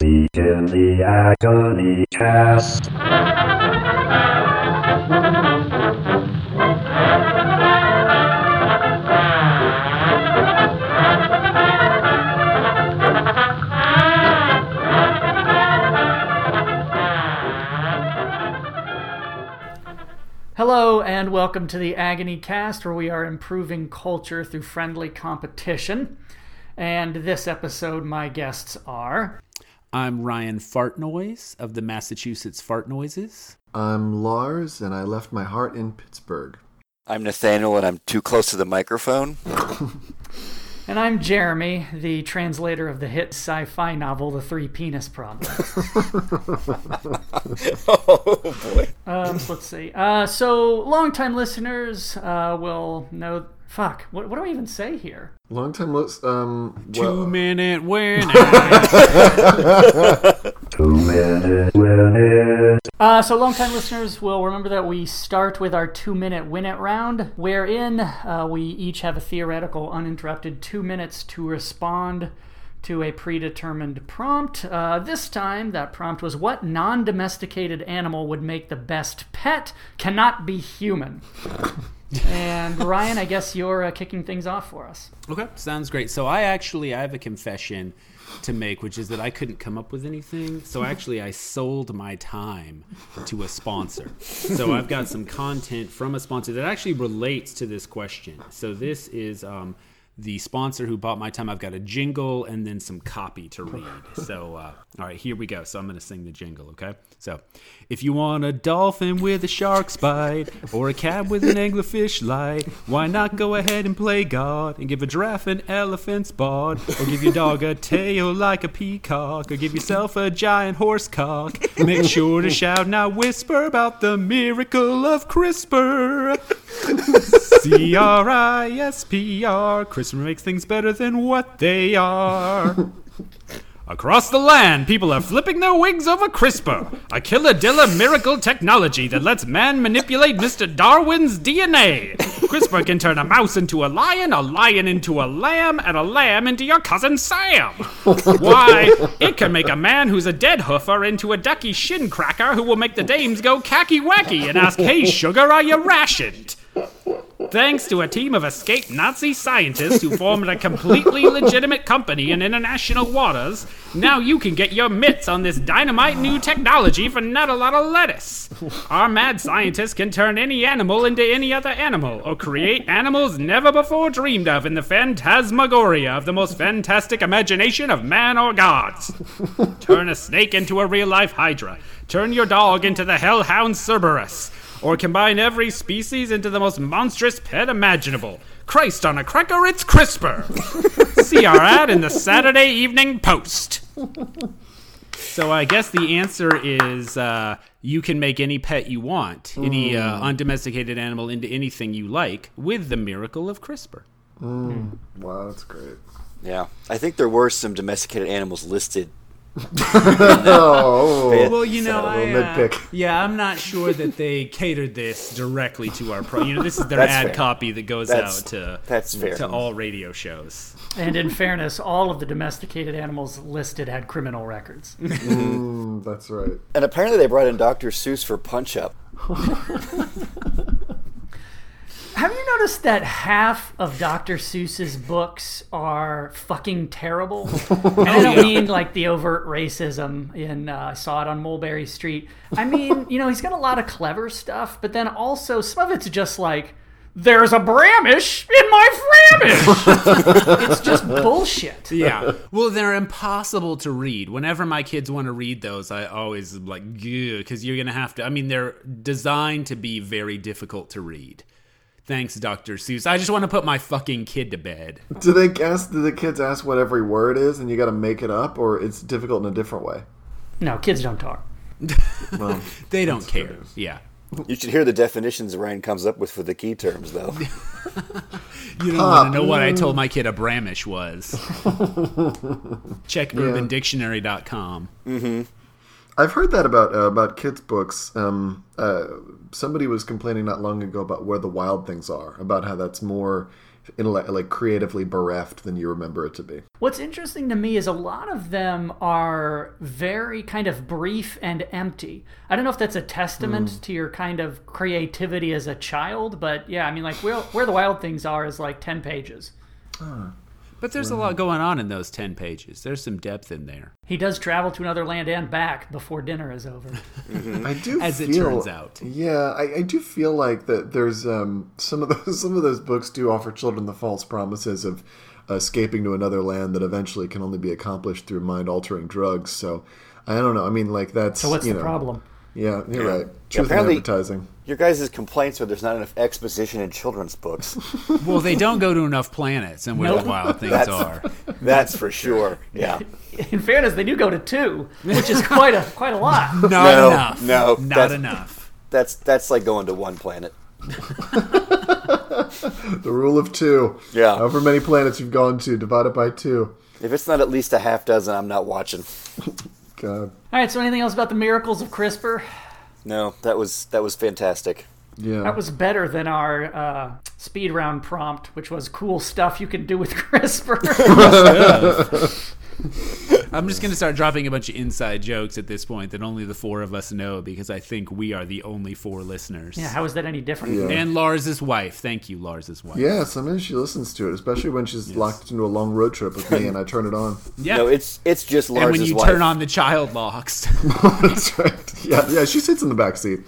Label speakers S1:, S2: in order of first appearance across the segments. S1: Beacon the Agony Cast.
S2: Hello, and welcome to the Agony Cast, where we are improving culture through friendly competition. And this episode, my guests are.
S3: I'm Ryan Fartnoise of the Massachusetts Fart Noises.
S4: I'm Lars, and I left my heart in Pittsburgh.
S5: I'm Nathaniel, and I'm too close to the microphone.
S2: And I'm Jeremy, the translator of the hit sci fi novel, The Three Penis Problem.
S5: oh boy!
S2: Um, let's see. Uh, so, longtime listeners uh, will know. Fuck, what, what do I even say here?
S4: Long time looks. Um,
S3: Two
S4: well,
S3: minute win.
S1: Two minute win it.
S2: Uh, so, longtime listeners will remember that we start with our two minute win it round, wherein uh, we each have a theoretical uninterrupted two minutes to respond to a predetermined prompt. Uh, this time, that prompt was what non domesticated animal would make the best pet? Cannot be human. and Ryan, I guess you're uh, kicking things off for us.
S3: okay, sounds great. So I actually I have a confession to make, which is that I couldn't come up with anything. So actually, I sold my time to a sponsor. So I've got some content from a sponsor that actually relates to this question. So this is um, the sponsor who bought my time. I've got a jingle and then some copy to read. So, uh, all right, here we go. So, I'm going to sing the jingle, okay? So, if you want a dolphin with a shark's bite or a cat with an anglerfish light, why not go ahead and play God and give a giraffe an elephant's bod or give your dog a tail like a peacock or give yourself a giant horse cock? Make sure to shout, not whisper, about the miracle of CRISPR. C R I S P R. CRISPR makes things better than what they are. Across the land, people are flipping their wigs over CRISPR, a killer dilla miracle technology that lets man manipulate Mr. Darwin's DNA. CRISPR can turn a mouse into a lion, a lion into a lamb, and a lamb into your cousin Sam. Why, it can make a man who's a dead hoofer into a ducky shin cracker who will make the dames go khaki wacky and ask, hey, sugar, are you rationed? Thanks to a team of escaped Nazi scientists who formed a completely legitimate company in international waters, now you can get your mitts on this dynamite new technology for not a lot of lettuce. Our mad scientists can turn any animal into any other animal, or create animals never before dreamed of in the phantasmagoria of the most fantastic imagination of man or gods. Turn a snake into a real life Hydra. Turn your dog into the hellhound Cerberus. Or combine every species into the most monstrous pet imaginable. Christ on a cracker, it's CRISPR! See our ad in the Saturday Evening Post. So I guess the answer is uh, you can make any pet you want, any uh, undomesticated animal into anything you like, with the miracle of CRISPR.
S4: wow, that's great.
S5: Yeah, I think there were some domesticated animals listed.
S4: Oh,
S3: Well, you know, I,
S4: little
S3: uh,
S4: nitpick.
S3: yeah, I'm not sure that they catered this directly to our pro. You know, this is their
S5: That's
S3: ad
S5: fair.
S3: copy that goes
S5: That's-
S3: out to
S5: that's fair.
S3: to all radio shows.
S2: And in fairness, all of the domesticated animals listed had criminal records.
S4: Mm, that's right.
S5: And apparently, they brought in Dr. Seuss for Punch Up.
S2: Have you noticed that half of Dr. Seuss's books are fucking terrible? And I don't mean like the overt racism in uh, I saw it on Mulberry Street. I mean, you know, he's got a lot of clever stuff, but then also some of it's just like there's a Bramish in my Framish. it's just bullshit.
S3: Yeah. Well, they're impossible to read. Whenever my kids want to read those, I always am like because you're gonna have to. I mean, they're designed to be very difficult to read. Thanks, Dr. Seuss. I just want to put my fucking kid to bed.
S4: Do they guess? Do the kids ask what every word is, and you got to make it up, or it's difficult in a different way?
S2: No, kids don't talk.
S4: Well,
S3: They don't care. Yeah.
S5: You should hear the definitions Ryan comes up with for the key terms, though.
S3: You don't want to know what I told my kid a Bramish was. Check urbandictionary.com.
S4: I've heard that about uh, about kids' books. Um, uh, somebody was complaining not long ago about where the wild things are, about how that's more intellect, like creatively bereft than you remember it to be.
S2: What's interesting to me is a lot of them are very kind of brief and empty. I don't know if that's a testament
S4: Hmm.
S2: to your kind of creativity as a child, but yeah, I mean, like where, where the wild things are is like ten pages.
S3: But there's a lot going on in those 10 pages. There's some depth in there,
S2: He does travel to another land and back before dinner is over.
S4: I do
S3: as it
S4: feel-
S3: turns out.
S4: Yeah, I, I do feel like that. There's um, some of those some of those books do offer children the false promises of escaping to another land that eventually can only be accomplished through mind altering drugs. So I don't know. I mean, like that's
S2: So what's
S4: you
S2: the
S4: know,
S2: problem?
S4: Yeah, you're right.
S5: Yeah,
S4: Truth in
S5: apparently-
S4: advertising.
S5: Your guys' complaints are there's not enough exposition in children's books.
S3: Well, they don't go to enough planets and where
S2: Nope.
S3: the wild things
S5: That's-
S3: are.
S5: That's for sure. Yeah.
S2: In fairness, they do go to two, which is quite a quite a lot.
S3: Not
S5: No,
S3: enough.
S5: no,
S3: not
S5: that's-
S3: enough.
S5: That's that's like going to one planet.
S4: The rule of two.
S5: Yeah.
S4: However many planets you've gone to, divided by two.
S5: If it's not at least a half dozen, I'm not watching.
S2: All
S4: God.
S2: right. So anything else about the miracles of CRISPR?
S5: No, that was that was fantastic.
S4: Yeah.
S2: That was better than our uh, speed round prompt, which was cool stuff you can do with CRISPR.
S3: I'm just going to start dropping a bunch of inside jokes at this point that only the four of us know because I think we are the only four listeners.
S2: yeah, how is that any different?
S4: Yeah.
S3: And Lars's wife. Thank you, Lars's wife.
S4: yeah, sometimes she listens to it, especially when she's locked into a long road trip with me and I turn it on.
S3: Yeah.
S5: No, it's it's just
S3: and
S5: Lars's
S3: when you
S5: wife.
S3: turn on the child locks.
S4: That's right. Yeah, yeah, she sits in the back seat.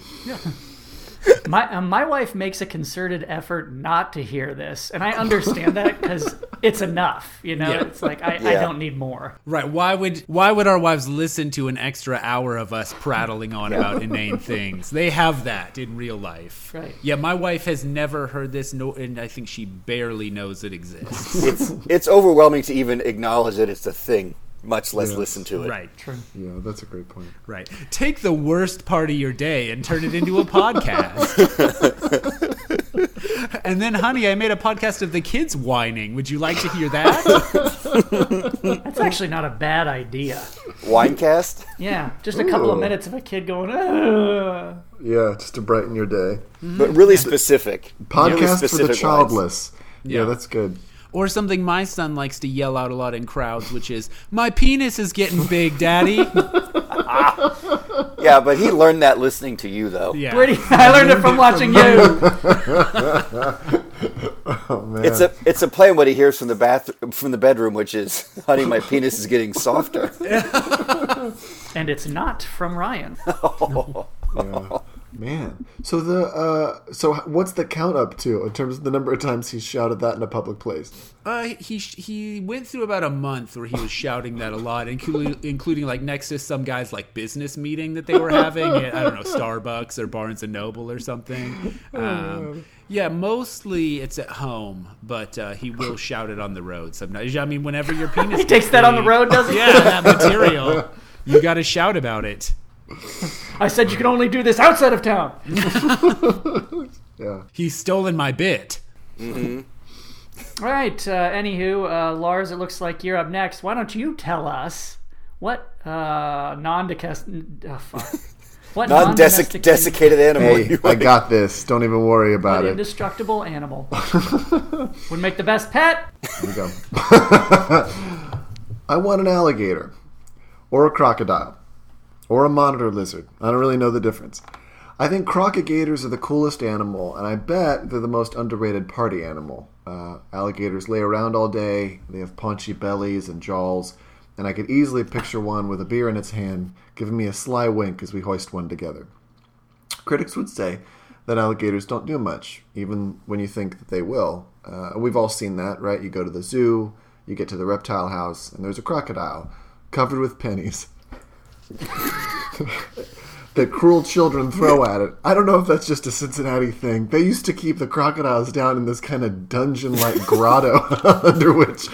S2: My uh, my wife makes a concerted effort not to hear this, and I understand that because it's enough. You know,
S3: Yeah.
S2: it's like I, I
S5: Yeah.
S2: don't need more.
S3: Right. Why would why would our wives listen to an extra hour of us prattling on about inane things? They have that in real life.
S2: Right.
S3: Yeah, my wife has never heard this no and I think she barely knows it exists.
S5: It's it's overwhelming to even acknowledge that it's a thing, much less listen to it.
S3: right.
S4: Yeah, that's a great point.
S3: Right. Take the worst part of your day and turn it into a podcast. and then honey, I made a podcast of the kids whining. Would you like to hear that?
S2: That's actually not a bad idea.
S5: Winecast?
S2: Yeah, just a couple of
S4: Ooh.
S2: minutes of a kid going. "Ugh."
S4: Yeah, just to brighten your day.
S5: But really specific. Really
S4: Podcast for
S5: specific
S4: the
S5: lines.
S4: childless. Yeah.
S3: Yeah.
S4: that's good.
S3: Or something my son likes to yell out a lot in crowds, which is, My penis is getting big, daddy.
S5: Yeah, but he learned that listening to you though.
S3: Yeah.
S2: Pretty. I learned it from watching you.
S4: Oh man,
S5: It's a it's a play on what he hears from the bath from the bedroom, which is, "Honey, my penis is getting softer."
S2: And it's not from Ryan.
S4: yeah. man. So the uh, so h- what's the count up to in terms of the number of times he shouted that in a public place?
S3: Uh, he he went through about a month where he was shouting that a lot, including, including like next to some guy's like business meeting that they were having at I don't know Starbucks or Barnes and Noble or something.
S2: Oh,
S3: Um, yeah, mostly it's at home, but uh, he will shout it on the road. Sometimes I mean, whenever your penis
S2: He takes that on the road, doesn't he?
S3: Yeah, that material, you got to shout about it.
S2: I said you can only do this outside of town.
S4: Yeah,
S3: He's stolen my bit.
S2: All right. Uh, anywho, uh, Lars, it looks like you're up next. Why don't you tell us what uh, non-domestic? Uh, fuck. What
S5: Non
S2: non-domesticated-
S5: desiccated animal.
S4: hey,
S5: you
S4: I
S5: are.
S4: got this. Don't even worry about it.
S2: indestructible animal would make the best pet.
S4: Here we go. I want an alligator, or a crocodile, or a monitor lizard. I don't really know the difference. I think crocagators are the coolest animal, and I bet they're the most underrated party animal. Uh, alligators lay around all day. They have paunchy bellies and jaws, and I could easily picture one with a beer in its hand, giving me a sly wink as we hoist one together. Critics would say that alligators don't do much, even when you think that they will. Uh, we've all seen that, right? You go to the zoo, you get to the reptile house, and there's a crocodile covered with pennies that cruel children throw at it. I don't know if that's just a Cincinnati thing. They used to keep the crocodiles down in this kind of dungeon like grotto under which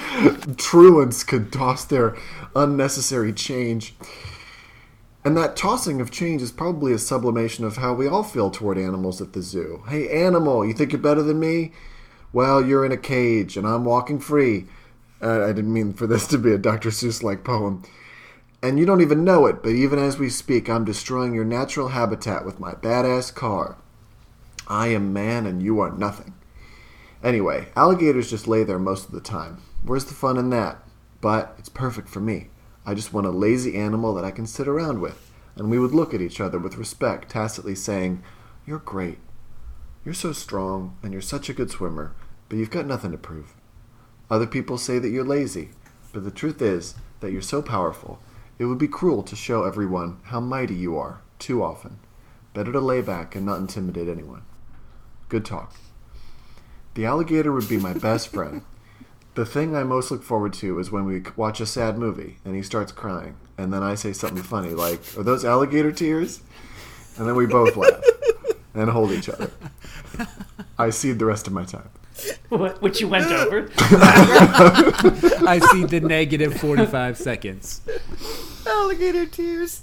S4: truants could toss their unnecessary change. And that tossing of change is probably a sublimation of how we all feel toward animals at the zoo. Hey, animal, you think you're better than me? Well, you're in a cage and I'm walking free. Uh, I didn't mean for this to be a Dr. Seuss like poem. And you don't even know it, but even as we speak, I'm destroying your natural habitat with my badass car. I am man and you are nothing. Anyway, alligators just lay there most of the time. Where's the fun in that? But it's perfect for me. I just want a lazy animal that I can sit around with. And we would look at each other with respect, tacitly saying, You're great. You're so strong, and you're such a good swimmer, but you've got nothing to prove. Other people say that you're lazy, but the truth is that you're so powerful, it would be cruel to show everyone how mighty you are too often. Better to lay back and not intimidate anyone. Good talk. The alligator would be my best friend. The thing I most look forward to is when we watch a sad movie and he starts crying, and then I say something funny like, Are those alligator tears? And then we both laugh and hold each other. I cede the rest of my time.
S2: Wh- which you went over.
S3: I see the negative 45 seconds.
S6: Alligator tears.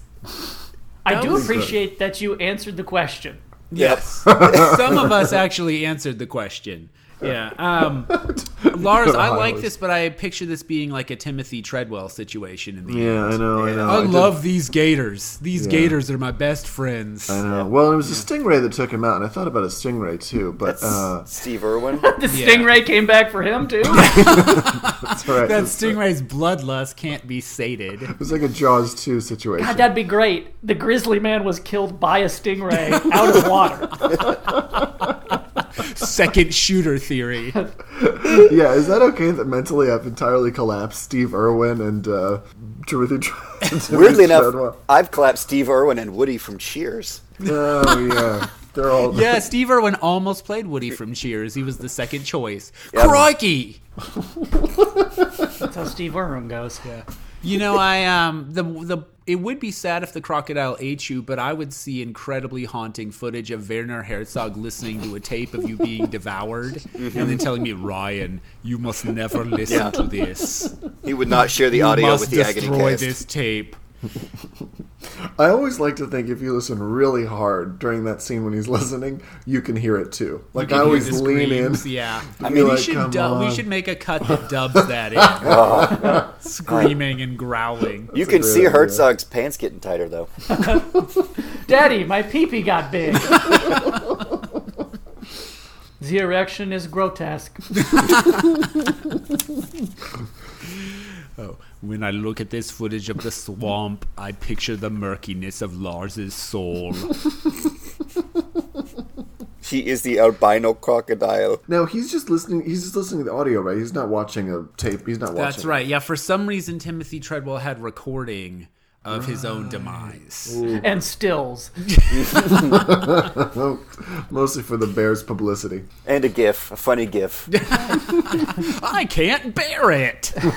S2: I do appreciate that you answered the question.
S3: Yes. Some of us actually answered the question. Yeah. Um, Lars, I like this, but I picture this being like a Timothy Treadwell situation in the end.
S4: Yeah, I know, I know.
S3: I
S4: did-
S3: love these gators. These gators are my best friends.
S4: I know. Well, it was a stingray that took him out, and I thought about a stingray too, but uh,
S5: Steve Irwin.
S2: The stingray came back for him too.
S4: that's all right.
S3: That
S4: It's-
S3: stingray's bloodlust can't be sated.
S4: It was like a Jaws 2 situation.
S2: God, that'd be great. The grizzly man was killed by a stingray out of water.
S3: Second shooter theory.
S4: Yeah, is that okay that mentally I've entirely collapsed Steve Irwin and uh, Timothy Tr-
S5: Weirdly
S4: Treadwell?
S5: enough, I've clapped Steve Irwin and Woody from Cheers.
S4: Oh, yeah. They're all.
S3: Yeah, Steve Irwin almost played Woody from Cheers. He was the second choice.
S5: Yeah.
S3: Crikey!
S2: That's how Steve Irwin goes.
S3: You know, I um the the it would be sad if the crocodile ate you, but I would see incredibly haunting footage of Werner Herzog listening to a tape of you being devoured and then telling me, Ryan, you must never listen
S5: Mm-hmm. Yeah.
S3: to this.
S5: He would not share the
S3: You
S5: audio
S3: must
S5: with the agony
S3: destroy
S5: cast.
S3: this tape.
S4: I always like to think if you listen really hard during that scene when he's listening, you can hear it too. Like, I
S3: Hear
S4: always
S3: the
S4: lean
S3: screams,
S4: in.
S3: Yeah.
S4: I mean,
S3: we
S4: like,
S3: should
S4: come
S3: dub, we
S4: on.
S3: should make a cut that dubs that in. Screaming and growling.
S5: You can
S4: great
S5: see
S4: idea.
S5: Herzog's pants getting tighter though.
S2: Daddy, my peepee got big. the erection is grotesque.
S3: Oh, When I look at this footage of the swamp, I picture the murkiness of Lars's soul.
S5: He is the albino crocodile.
S4: Now, he's just listening. He's just listening to the audio, right? He's not watching a tape. He's not watching.
S3: That's right. Yeah, for some reason Timothy Treadwell had recording of his own demise.
S2: And stills.
S4: Oh, mostly for the Bears publicity.
S5: And a gif, a funny gif.
S3: I can't bear it.
S2: Now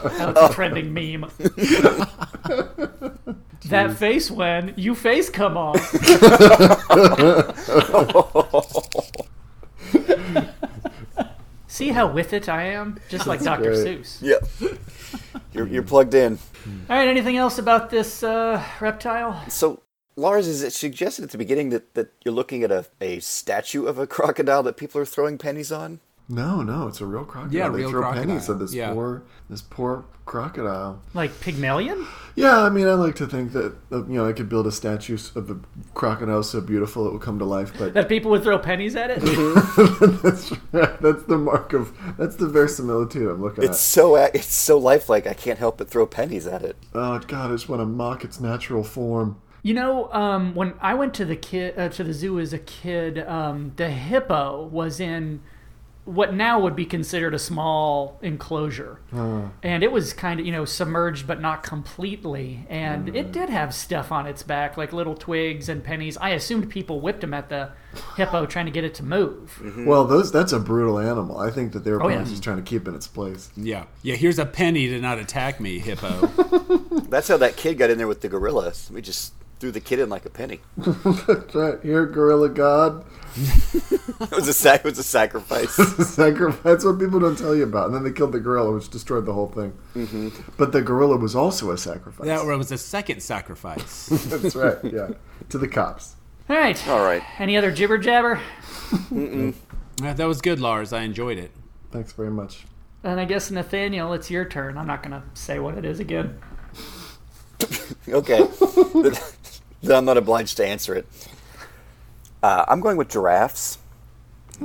S2: it's a trending meme. that face when you face come off. See how with it I am? Just like Dr.
S4: great.
S2: Seuss.
S5: yeah. You're, you're plugged in.
S2: All right, anything else about this uh, reptile?
S5: So, Lars, is it suggested at the beginning that, that you're looking at a, a statue of a crocodile that people are throwing pennies on?
S4: No, no, it's a real crocodile.
S3: Yeah,
S4: they
S3: real
S4: throw
S3: crocodile.
S4: pennies at this
S3: Yeah.
S4: poor, this poor crocodile.
S2: Like Pygmalion?
S4: Yeah, I mean, I like to think that uh, you know I could build a statue of the crocodile so beautiful it will come to life, but
S2: That people would throw pennies at it?
S4: that's that's the mark of that's the verisimilitude I'm looking
S5: It's so a- it's so lifelike. I can't help but throw pennies at it.
S4: at. Oh God, I just want to mock its natural form.
S2: You know, um, when I went to the kid uh, to the zoo as a kid, um, the hippo was in what now would be considered a small enclosure, and it was kind of you know submerged but not completely, and it did have stuff on its back like little twigs and pennies. I assumed people whipped them at the hippo trying to get it to move.
S4: Well, those that's a brutal animal. I think that they were probably
S2: yeah.
S4: just trying to keep it in its place.
S3: Yeah. Yeah, here's a penny to not attack me, hippo.
S5: That's how that kid got in there with the gorillas. We just threw the kid in like a penny.
S4: Right here, gorilla god.
S5: It was a sac- it was a sacrifice.
S4: Sacrifice. That's what people don't tell you about. And then they killed the gorilla, which destroyed the whole thing. But the gorilla was also a sacrifice.
S3: that was a second sacrifice.
S4: That's right. Yeah, to the cops.
S2: All right.
S5: All right.
S2: Any other jibber jabber?
S3: Yeah, that was good, Lars. I enjoyed it.
S4: Thanks very much.
S2: And I guess Nathaniel, it's your turn. I'm not gonna say what it is again.
S5: Okay. Then I'm not obliged to answer it. Uh, I'm going with giraffes.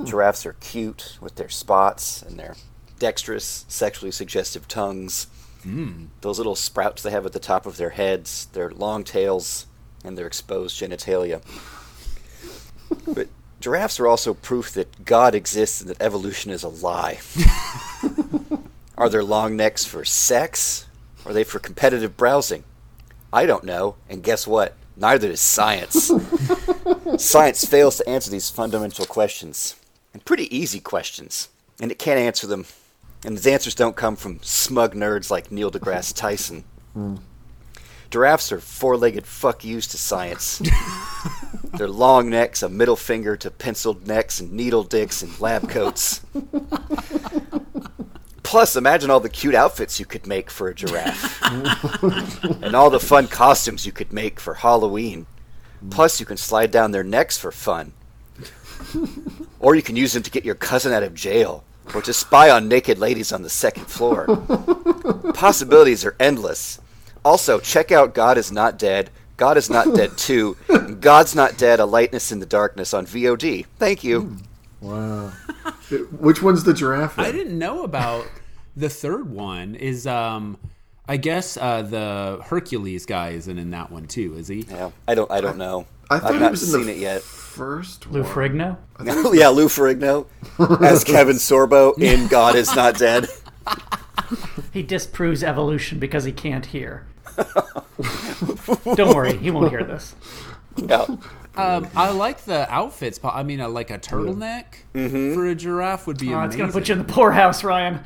S5: Giraffes are cute with their spots and their dexterous, sexually suggestive tongues. Those little sprouts they have at the top of their heads, their long tails, and their exposed genitalia. but giraffes are also proof that God exists and that evolution is a lie. are their long necks for sex? Are they for competitive browsing? I don't know, and guess what? Neither does science. science fails to answer these fundamental questions, and pretty easy questions, and it can't answer them. And its answers don't come from smug nerds like Neil deGrasse Tyson. Giraffes are four legged fuck yous to science. Their long necks, a middle finger to penciled necks and needle dicks and lab coats. Plus, imagine all the cute outfits you could make for a giraffe, and all the fun costumes you could make for Halloween. Plus, you can slide down their necks for fun. or you can use them to get your cousin out of jail, or to spy on naked ladies on the second floor. Possibilities are endless. Also, check out God is Not Dead, God is Not Dead 2, and God's Not Dead A Lightness in the Darkness on VOD. Thank
S4: Hmm.
S5: you.
S4: Wow. Which one's the giraffe?
S3: I
S4: in?
S3: didn't know about the third one. Is um, I guess uh, the Hercules guy isn't in that one too, is he?
S5: Yeah, I don't I don't know.
S4: I thought
S5: I've
S4: it
S5: not
S4: was in
S5: seen
S4: the
S5: it yet.
S4: First
S2: Lou
S4: one.
S2: Ferrigno?
S5: yeah, Lou Ferrigno as Kevin Sorbo in God is Not Dead.
S2: He disproves evolution because he can't hear. Don't worry, he won't hear this.
S5: Yeah.
S3: Um, I like the outfits. but I mean, uh, like a turtleneck for a giraffe would be
S2: Uh,
S3: amazing.
S2: it's going to put you in the poorhouse, Ryan.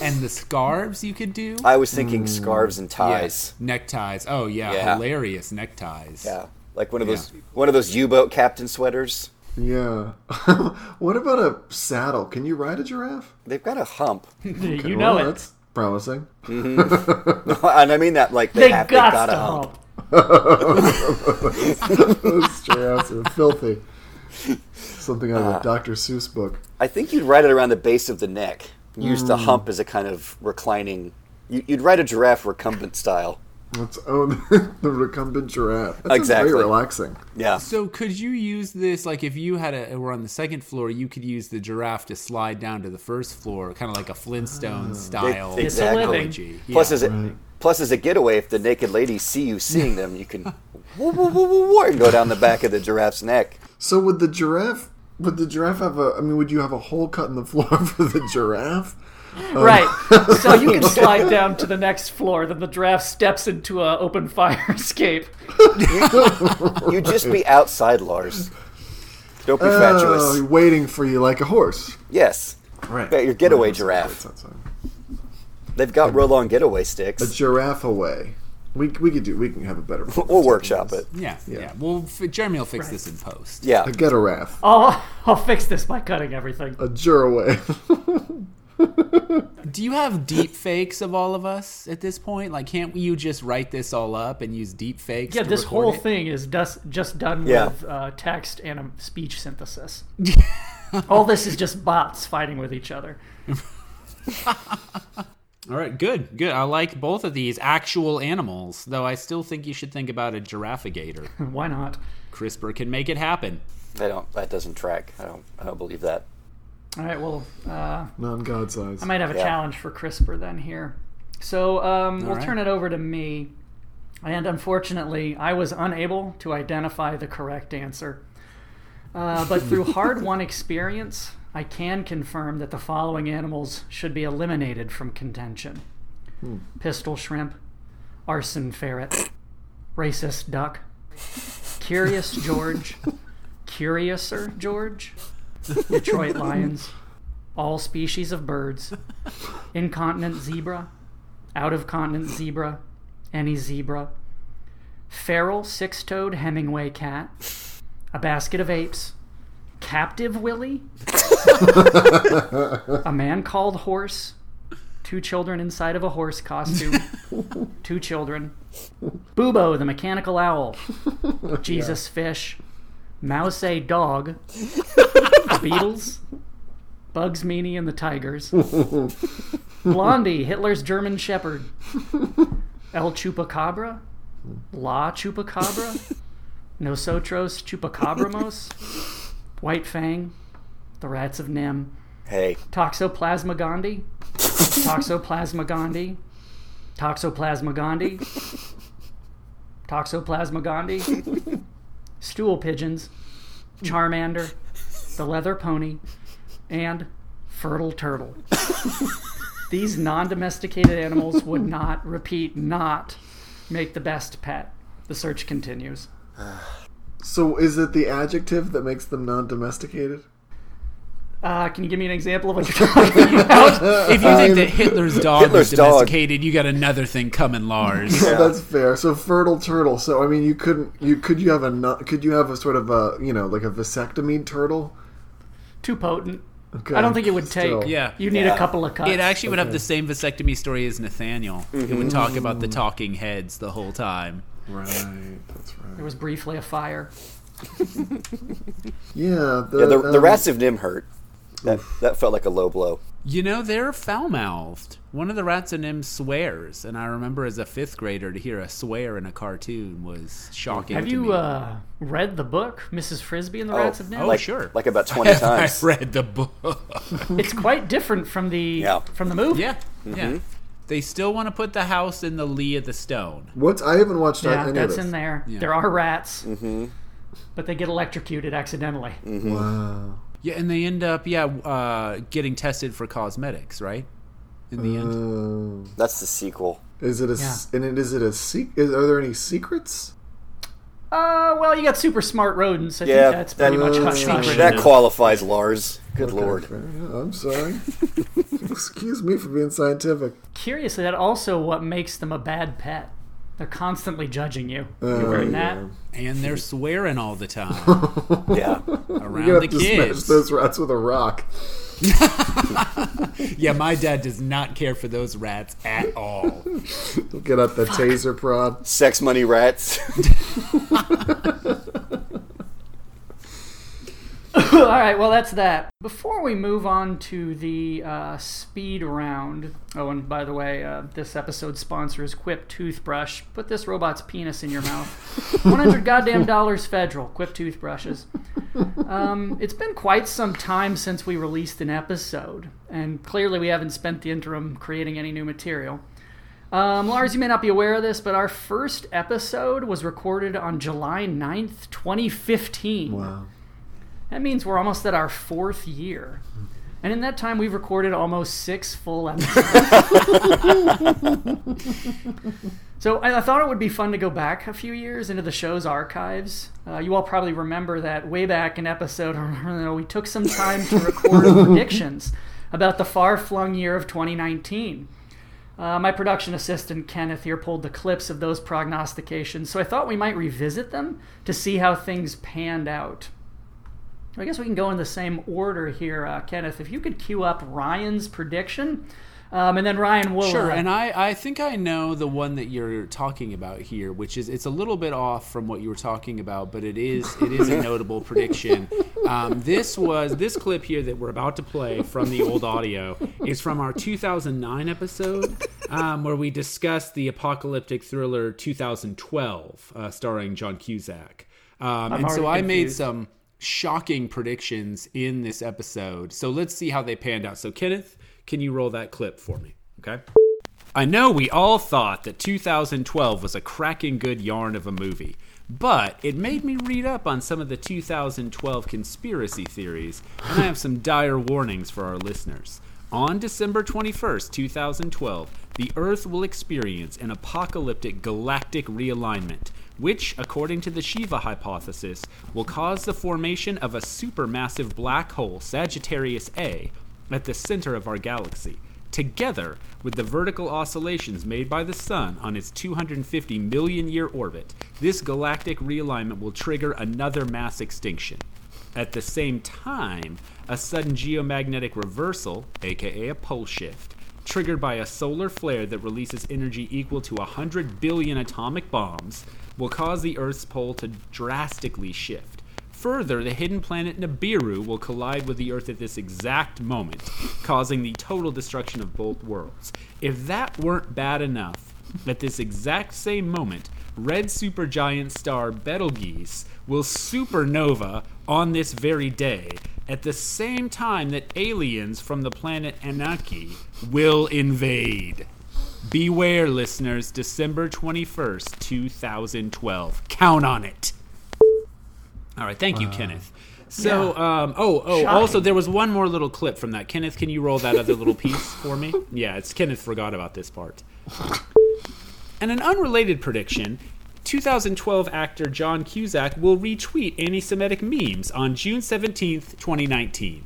S3: and the scarves you could do.
S5: I was thinking scarves and ties.
S3: Neckties. Oh yeah,
S5: Yeah.
S3: hilarious neckties.
S5: Yeah. Like one of those one of those U-boat captain sweaters.
S4: Yeah. what about a saddle? Can you ride a giraffe?
S5: They've got a hump.
S2: you
S4: Well,
S2: know it.
S4: That's promising.
S5: and I mean that like they,
S2: They
S5: have
S2: got,
S5: they got
S2: to
S5: a
S2: help.
S5: hump.
S4: Those giraffes are filthy. Something out of
S5: Uh.
S4: a Dr. Seuss book.
S5: I think you'd ride it around the base of the neck. Use the hump as a kind of reclining you, you'd ride a giraffe recumbent style.
S4: Let's own the recumbent giraffe. That sounds
S5: Exactly.
S4: very relaxing.
S5: Yeah.
S3: So could you use this like if you had a were on the second floor, you could use the giraffe to slide down to the first floor, kind of like a
S2: Oh.
S3: Flintstone style.
S5: It's a
S2: living.
S3: technology.
S5: Plus,
S3: Yeah.
S5: as a plus as a getaway, if the naked ladies see you seeing them, you can woo, woo, woo, woo, woo, and go down the back of the giraffe's neck.
S4: So would the giraffe would the giraffe have a I mean, would you have a hole cut in the floor for the giraffe?
S2: Right. So you can slide down to the next floor, then the giraffe steps into an open fire escape.
S5: You'd just be outside, Lars. Don't be
S4: Oh,
S5: fatuous.
S4: waiting for you like a horse.
S5: Yes,
S4: Right.
S5: Yeah, your getaway giraffe. they've got roll-on getaway
S4: A
S5: sticks.
S4: giraffe away. We, we could do. We can have a better.
S5: We'll workshop it.
S3: yeah, yeah, Well, f- Jeremy will fix this in post.
S5: Yeah,
S4: A get a raff.
S2: I'll, I'll fix this by cutting everything.
S4: A jur away.
S3: Do you have deep fakes of all of us at this point? Like, can't you just write this all up and use deep fakes?
S2: Yeah,
S3: to
S2: this
S3: record
S2: whole
S3: it?
S2: thing is just, just done
S5: Yeah.
S2: with uh, text and um, speech synthesis. All this is just bots fighting with each other.
S3: All right, good, good. I like both of these actual animals, though. I still think you should think about a giraffigator.
S2: Why not?
S3: CRISPR can make it happen.
S5: I don't. That doesn't track. I don't. I don't believe that.
S2: All right, well, uh,
S4: Non God size.
S2: I might have a
S5: Yeah.
S2: challenge for CRISPR then here. So um, we'll
S3: right.
S2: turn it over to me. And unfortunately, I was unable to identify the correct answer. Uh, but through hard won experience, I can confirm that the following animals should be eliminated from contention pistol shrimp, arson ferret, racist duck, curious George, curiouser George, Detroit lions, all species of birds, incontinent zebra, out of continent zebra, any zebra, feral six toed Hemingway cat, a basket of apes, captive Willie, a man called horse, two children inside of a horse costume, two children, Bubo the mechanical owl, Jesus fish, Mouse a dog, Beatles. Bugs Meany and the Tigers. Blondie, Hitler's German Shepherd. El Chupacabra. La Chupacabra. Nosotros Chupacabramos, White Fang, The Rats of Nim,
S5: Hey,
S2: Toxoplasma Gandhi, Toxoplasma Gandhi, Toxoplasma Gandhi, Toxoplasma Gandhi, Stool Pigeons, Charmander, The Leather Pony, and Fertile Turtle. These non domesticated animals would not, repeat, not make the best pet. The search continues.
S4: So is it the adjective that makes them non-domesticated?
S2: Uh, can you give me an example of what you're talking about?
S3: If you think that Hitler's dog was
S5: Hitler's dog.
S3: domesticated, you got another thing coming, Lars.
S4: Oh, that's fair. So fertile turtle. So I mean, you couldn't. You could you have a nu- could you have a sort of a you know like a vasectomy turtle?
S2: Too potent.
S4: Okay.
S2: I don't think it would take.
S4: Still.
S3: Yeah.
S2: You need a couple of cuts.
S3: It actually would have the same vasectomy story as Nathaniel. It
S5: Mm-hmm.
S3: would talk about the talking heads the whole time.
S4: Right. That's
S2: There
S4: right.
S2: was briefly a fire.
S4: Yeah. The,
S5: yeah, the, the
S4: um,
S5: rats of Nim hurt. That, that felt like a low blow.
S3: You know, they're foul mouthed. One of the rats in him swears, and I remember as a fifth grader to hear a swear in a cartoon was shocking.
S2: Have
S3: to
S2: you
S3: me.
S2: uh, read the book, Mrs. Frisbee and the Rats of Nim?
S3: oh,
S5: like,
S3: sure.
S5: Like about 20
S3: I
S5: times.
S3: read the book.
S2: It's quite different from the
S5: Yeah.
S2: from the movie.
S3: yeah,
S5: Mm-hmm.
S3: yeah. They still want to put the house in the lee of the stone.
S4: What's I haven't watched
S2: Yeah,
S4: any
S2: that's
S4: of this.
S2: in there. There are rats, but they get electrocuted accidentally.
S4: Mm. Wow.
S3: Yeah, and they end up yeah uh, getting tested for cosmetics, right? In the end,
S4: Um,
S5: That's the sequel.
S4: is it a s- and it, is it a se- is, Are there any secrets?
S2: Uh, well, you got super smart rodents. I
S5: Yeah,
S2: think that's pretty
S5: that-
S2: much how
S4: uh,
S2: secret.
S5: That qualifies, Lars. Good lord.
S4: Okay, I'm sorry. Excuse me for being scientific.
S2: Curiously, that also what makes them a bad pet. They're constantly judging you.
S4: Oh,
S2: You're wearing that.
S3: and they're swearing all the time
S5: Yeah.
S4: You're
S3: around
S4: gonna
S3: the
S4: have to smash
S3: kids.
S4: those rats with a rock.
S3: Yeah, my dad does not care for those rats at all.
S4: Get out the taser prod.
S5: Sex money rats.
S2: All right, well, that's that. Before we move on to the uh, speed round, oh, and by the way, uh, this episode's sponsor is Quip Toothbrush. Put this robot's penis in your mouth. 100 goddamn dollars federal, Quip Toothbrushes. Um, it's been quite some time since we released an episode, and clearly we haven't spent the interim creating any new material. Um, Lars, you may not be aware of this, but our first episode was recorded on July 9th, 2015.
S4: Wow.
S2: That means we're almost at our fourth year. And in that time, we've recorded almost six full episodes. so I, I thought it would be fun to go back a few years into the show's archives. Uh, you all probably remember that way back in episode, I don't know, we took some time to record predictions about the far flung year of 2019. Uh, my production assistant Kenneth here pulled the clips of those prognostications, so I thought we might revisit them to see how things panned out. I guess we can go in the same order here, uh, Kenneth. If you could cue up Ryan's prediction, um, and then Ryan will.
S3: Sure,
S2: uh,
S3: and I, I think I know the one that you're talking about here, which is it's a little bit off from what you were talking about, but it is it is a notable prediction. Um, this was this clip here that we're about to play from the old audio is from our 2009 episode um, where we discussed the apocalyptic thriller 2012 uh, starring John Cusack. Um, and so
S2: already
S3: I made
S2: confused.
S3: some shocking predictions in this episode. So let's see how they panned out. So Kenneth, can you roll that clip for me? Okay. I know we all thought that 2012 was a cracking good yarn of a movie, but it made me read up on some of the 2012 conspiracy theories, and I have some dire warnings for our listeners. On December 21st, 2012, the Earth will experience an apocalyptic galactic realignment, which, according to the Shiva hypothesis, will cause the formation of a supermassive black hole, Sagittarius A, at the center of our galaxy together with the vertical oscillations made by the Sun on its 250 million year orbit, this galactic realignment will trigger another mass extinction. At the same time, a sudden geomagnetic reversal, aka a pole shift, triggered by a solar flare that releases energy equal to 100 billion atomic bombs, will cause the Earth's pole to drastically shift. Further, the hidden planet Nibiru will collide with the Earth at this exact moment, causing the total destruction of both worlds. If that weren't bad enough, at this exact same moment, red supergiant star Betelgeuse will supernova on this very day at the same time that aliens from the planet Anaki will invade. Beware, listeners, December 21st, 2012. Count on it. All right, thank you, Kenneth. So, um, oh, oh, also, there was one more little clip from that. Kenneth, can you roll that other little piece for me? Yeah, it's Kenneth forgot about this part. And an unrelated prediction 2012 actor John Cusack will retweet anti Semitic memes on June 17th, 2019.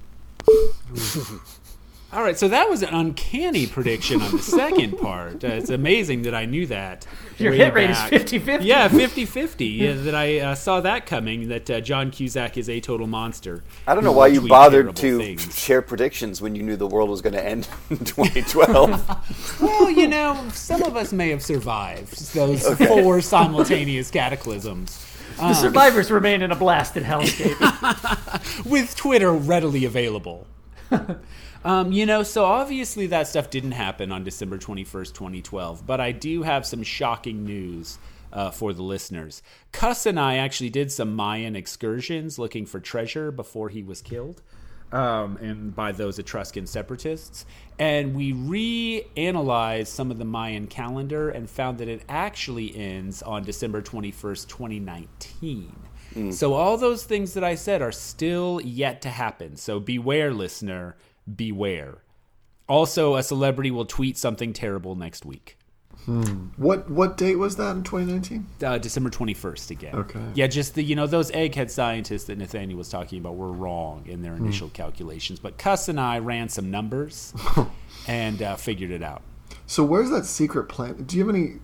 S3: All right, so that was an uncanny prediction on the second part. Uh, it's amazing that I knew that.
S2: Your
S3: way
S2: hit rate is
S3: back.
S2: 50-50.
S3: Yeah, 50 50. Yeah, that I uh, saw that coming, that uh, John Cusack is a total monster.
S5: I don't know
S3: Who
S5: why
S3: will
S5: you
S3: tweet
S5: bothered
S3: terrible
S5: to
S3: things.
S5: share predictions when you knew the world was going to end in 2012.
S3: Well, you know, some of us may have survived those four simultaneous cataclysms.
S2: The survivors remain in a blasted hellscape.
S3: with Twitter readily available. um, you know, so obviously that stuff didn't happen on December 21st, 2012, but I do have some shocking news. Uh, for the listeners, Cuss and I actually did some Mayan excursions looking for treasure before he was killed, um, and by those Etruscan separatists. And we reanalyzed some of the Mayan calendar and found that it actually ends on December 21st, 2019. So all those things that I said are still yet to happen. So beware, listener, beware. Also, a celebrity will tweet something terrible next week.
S4: What what date was that in 2019?
S3: Uh, December 21st again.
S4: Okay.
S3: Yeah, just the, you know, those egghead scientists that Nathaniel was talking about were wrong in their initial calculations. But Cuss and I ran some numbers and uh, figured it out.
S4: So where's that secret planet? Do you have any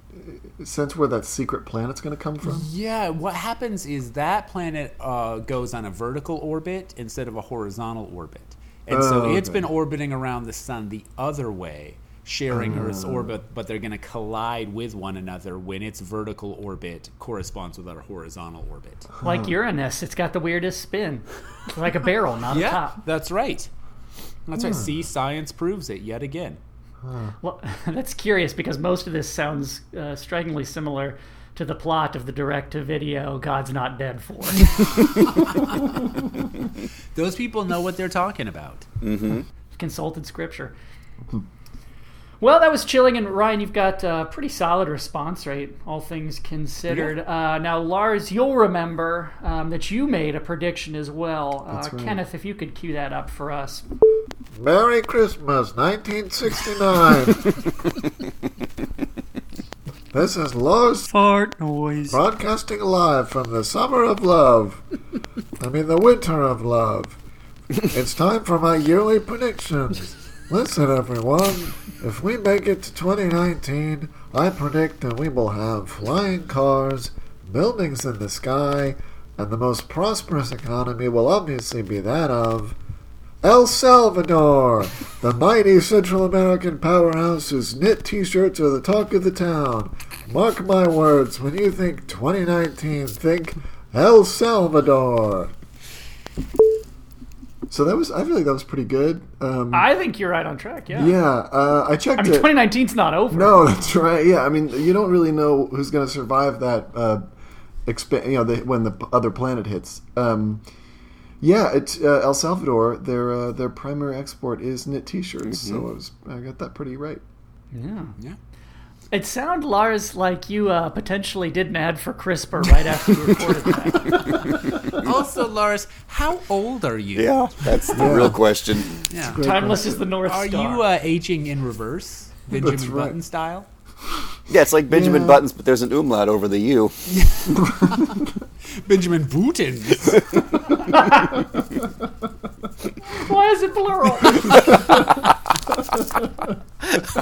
S4: uh, sense where that secret planet's going to come from?
S3: Yeah, what happens is that planet uh, goes on a vertical orbit instead of a horizontal orbit. And so
S4: Oh,
S3: it's
S4: okay.
S3: been orbiting around the sun the other way, sharing Earth's
S4: Oh.
S3: orbit, but they're going to collide with one another when its vertical orbit corresponds with our horizontal orbit.
S2: like Uranus, it's got the weirdest spin. It's like a barrel, not a
S3: Yeah,
S2: top.
S3: that's right. That's
S4: Hmm.
S3: right. See, science proves it yet again.
S2: Well, that's curious because most of this sounds uh, strikingly similar to the plot of the direct-to-video "God's Not Dead" for.
S3: Those people know what they're talking about.
S2: consulted scripture. Well, that was chilling, and Ryan, you've got a pretty solid response rate, all things considered. Uh, now, Lars, you'll remember um, that you made a prediction as well. Uh,
S4: right.
S2: Kenneth, if you could cue that up for us.
S4: Merry Christmas, 1969. this is Lars
S2: Fart noise.
S4: broadcasting live from the summer of love. I mean, the winter of love. It's time for my yearly predictions. Listen, everyone. If we make it to 2019, I predict that we will have flying cars, buildings in the sky, and the most prosperous economy will obviously be that of El Salvador, the mighty Central American powerhouse whose knit t shirts are the talk of the town. Mark my words, when you think 2019, think El Salvador. So that was, I feel like that was pretty good. Um,
S2: I think you're right on track, yeah.
S4: yeah, uh, I checked
S2: I mean,
S4: it.
S2: 2019's not over.
S4: No, that's right. Yeah, I mean, you don't really know who's going to survive that. Uh, expa- you know, the, when the p- other planet hits. Um, yeah, it's uh, El Salvador. Their uh, their primary export is knit T-shirts. So I, was, I got that pretty right.
S2: It sounded, Lars, like you uh, potentially did an ad for CRISPR right after you recorded that.
S3: also, Lars, how old are you?
S5: yeah, that's the real question.
S3: Yeah.
S2: Timeless is the North
S3: Are
S2: Star.
S3: you uh, aging in reverse, Benjamin
S4: right.
S3: Button style?
S5: Yeah, it's like Benjamin
S4: Yeah.
S5: Buttons, but there's an umlaut over the U.
S3: Benjamin Button.
S2: Why is it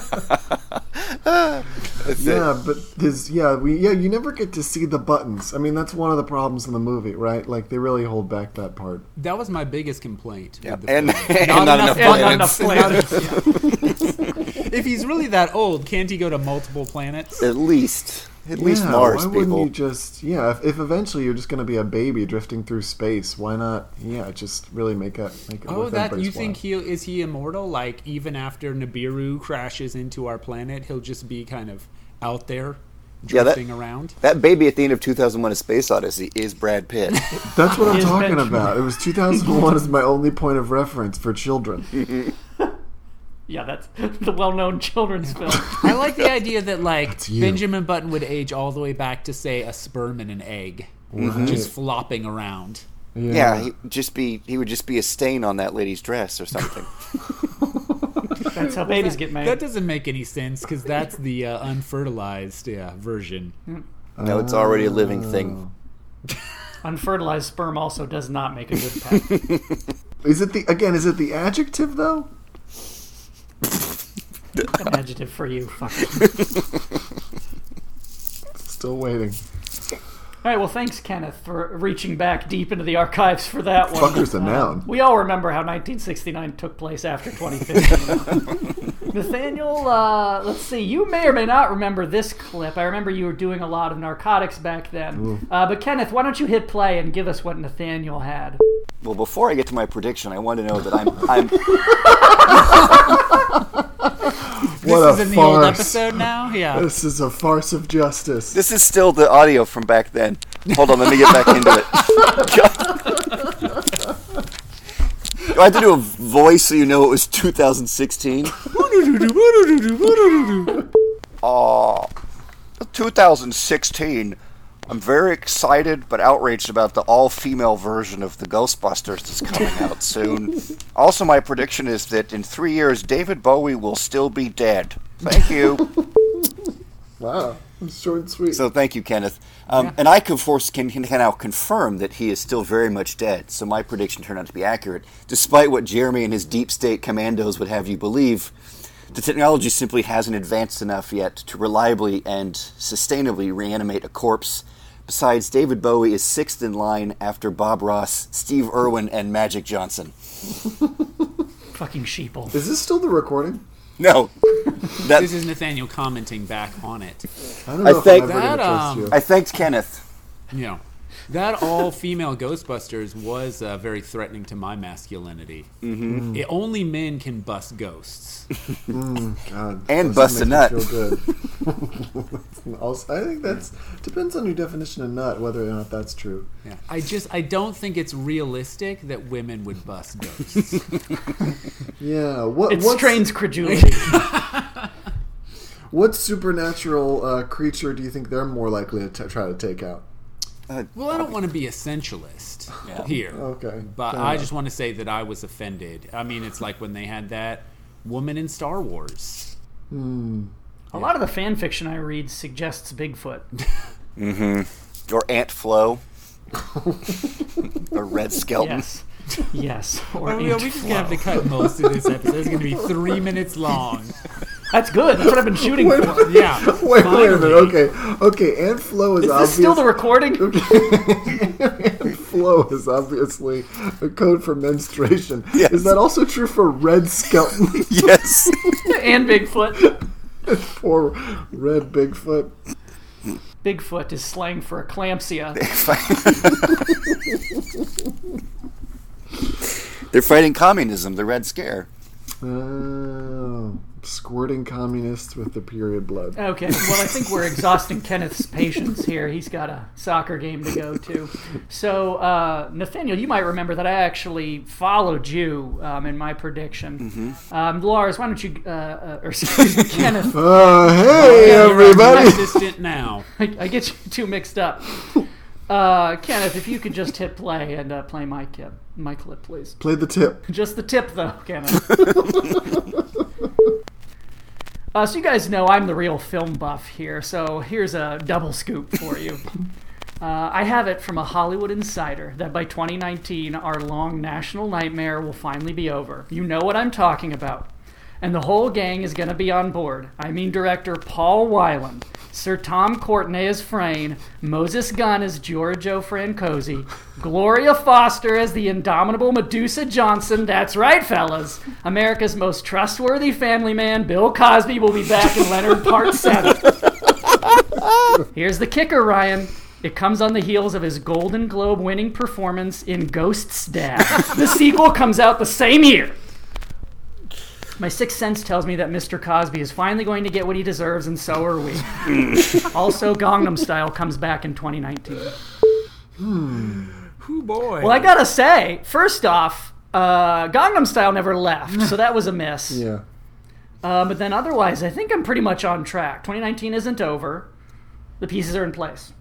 S2: plural?
S4: Yeah, but his yeah we yeah you never get to see the buttons. I mean, that's one of the problems in the movie, right? Like they really hold back that part.
S3: That was my biggest complaint. with the
S5: And,
S3: film.
S5: and not, enough,
S2: and not
S5: planets.
S2: enough planets.
S3: If he's really that old, can't he go to multiple planets?
S5: At least. At least
S4: yeah,
S5: Mars,
S4: why
S5: people.
S4: wouldn't you just yeah? If, if eventually you're just going to be a baby drifting through space, why not? Yeah, just really make it make it.
S3: Oh,
S4: worth
S3: that you
S4: everybody's
S3: think
S4: while.
S3: he is he immortal? Like even after Nibiru crashes into our planet, he'll just be kind of out there
S5: Yeah, that-
S3: drifting around.
S5: That baby at the end of 2001: A Space Odyssey is Brad Pitt.
S4: That's what I'm
S2: His
S4: talking
S2: benchmark.
S4: about. It was 2001 is my only point of reference for children.
S2: Yeah, that's the well-known children's film.
S3: I like the idea that like
S4: you.
S3: Benjamin Button would age all the way back to say a sperm and an egg, just flopping around.
S5: yeah, he just be he would just be a stain on that lady's dress or something.
S2: That's how babies get made.
S3: That doesn't make any sense because that's the uh, unfertilized yeah, version.
S5: no, it's already a living
S4: Oh.
S5: thing.
S2: Unfertilized sperm also does not make a good pet.
S4: Is it the again? Is it the adjective though?
S2: An adjective for you. Fuck.
S4: Still waiting.
S2: All right, well, thanks, Kenneth, for reaching back deep into the archives for that one.
S4: Fucker's a noun.
S2: We all remember how 1969 took place after 2015. Nathaniel, uh, let's see. You may or may not remember this clip. I remember you were doing a lot of narcotics back then. Uh, but Kenneth, why don't you hit play and give us what Nathaniel had?
S5: Well, before I get to my prediction, I want to know that I'm I'm
S4: What
S3: this
S4: a
S3: is in the old
S4: farce!
S3: episode now. Yeah,
S4: This is a farce of justice.
S5: This is still the audio from back then. Hold on, let me get back into it. God. Do I have to do a voice so you know it was 2016? Aw. 2016. I'm very excited but outraged about the all female version of the Ghostbusters that's coming out soon. Also, my prediction is that in three years, David Bowie will still be dead. Thank you.
S4: Wow, it's short and sweet.
S5: So thank you, Kenneth. Um, And I can, force, can, can now confirm that he is still very much dead. So my prediction turned out to be accurate, despite what Jeremy and his deep state commandos would have you believe. The technology simply hasn't advanced enough yet to reliably and sustainably reanimate a corpse. Besides, David Bowie is sixth in line after Bob Ross, Steve Irwin, and Magic Johnson.
S2: Fucking sheeple.
S4: is this still the recording?
S5: No,
S3: this
S5: that
S3: is Nathaniel commenting back on it.
S4: I don't
S5: I
S4: know
S5: think-
S4: if I'm ever
S3: That,
S4: gonna trust
S3: um,
S4: you.
S5: I thanked Kenneth.
S3: You know, that all female Ghostbusters was uh, very threatening to my masculinity. Mm-hmm. only men can bust ghosts.
S4: God, doesn't
S5: And bust a
S4: make me
S5: nut.
S4: Feel good. also, I think that's depends on your definition of nut, whether or not that's true.
S3: Yeah. I just I don't think it's realistic that women would bust ghosts.
S4: Yeah. What?
S2: It
S4: what's,
S2: strains credulity.
S4: What supernatural uh, creature do you think they're more likely to t- try to take out?
S3: Well, I don't want to be essentialist here.
S4: Okay,
S3: But
S4: fair
S3: I
S4: enough.
S3: just want to say that I was offended. I mean, it's like when they had that woman in Star Wars.
S2: a lot of the fan fiction I read suggests Bigfoot.
S5: Or Aunt Flo. or Red Skelton.
S2: Yes. Yes. Or
S3: Well, we
S2: ant
S3: we just gonna have to cut most of this episode. It's gonna be three minutes long.
S2: That's good. That's what I've been shooting for. Is
S3: Yeah.
S4: Wait, wait a
S3: Finally.
S4: minute. Okay, okay. Aunt Flo is,
S2: this
S4: obvious.
S2: still the recording?
S4: Flo is obviously a code for menstruation.
S5: Yes.
S4: Is that also true for Red Skeleton
S5: Yes.
S2: and Bigfoot.
S4: or Red Bigfoot?
S2: Bigfoot is slang for eclampsia.
S5: They're fighting communism, the Red Scare.
S4: Oh, squirting communists with the period blood.
S2: Okay, well, I think we're exhausting Kenneth's patience here. He's got a soccer game to go to. So, uh, Nathaniel, you might remember that I actually followed you um, in my prediction. Um, Lars, why don't you, uh, uh, or excuse me, Kenneth,
S4: Uh, hey, everybody!
S3: Assistant now.
S2: I, I get you two mixed up. Uh, Kenneth, if you could just hit play and uh, play my clip, my clip, please.
S4: Play the tip.
S2: Just the tip, though, Kenneth. uh, so you guys know I'm the real film buff here, so here's a double scoop for you. Uh, I have it from a Hollywood insider that by 2019, our long national nightmare will finally be over. You know what I'm talking about. And the whole gang is going to be on board. I mean, director Paul Weiland, Sir Tom Courtenay as Frayne, Moses Gunn as Giorgio Francosi, Gloria Foster as the indomitable Medusa Johnson. That's right, fellas. America's most trustworthy family man, Bill Cosby, will be back in Leonard Part 7. Here's the kicker, Ryan. It comes on the heels of his Golden Globe winning performance in Ghost's Dad. the sequel comes out the same year. My sixth sense tells me that Mr. Cosby is finally going to get what he deserves, and so are we. also, Gangnam Style comes back in 2019.
S3: Who boy?
S2: Well, I gotta say, first off, uh, Gangnam Style never left, so that was a miss.
S4: Yeah.
S2: Uh, but then otherwise, I think I'm pretty much on track. 2019 isn't over, the pieces are in place.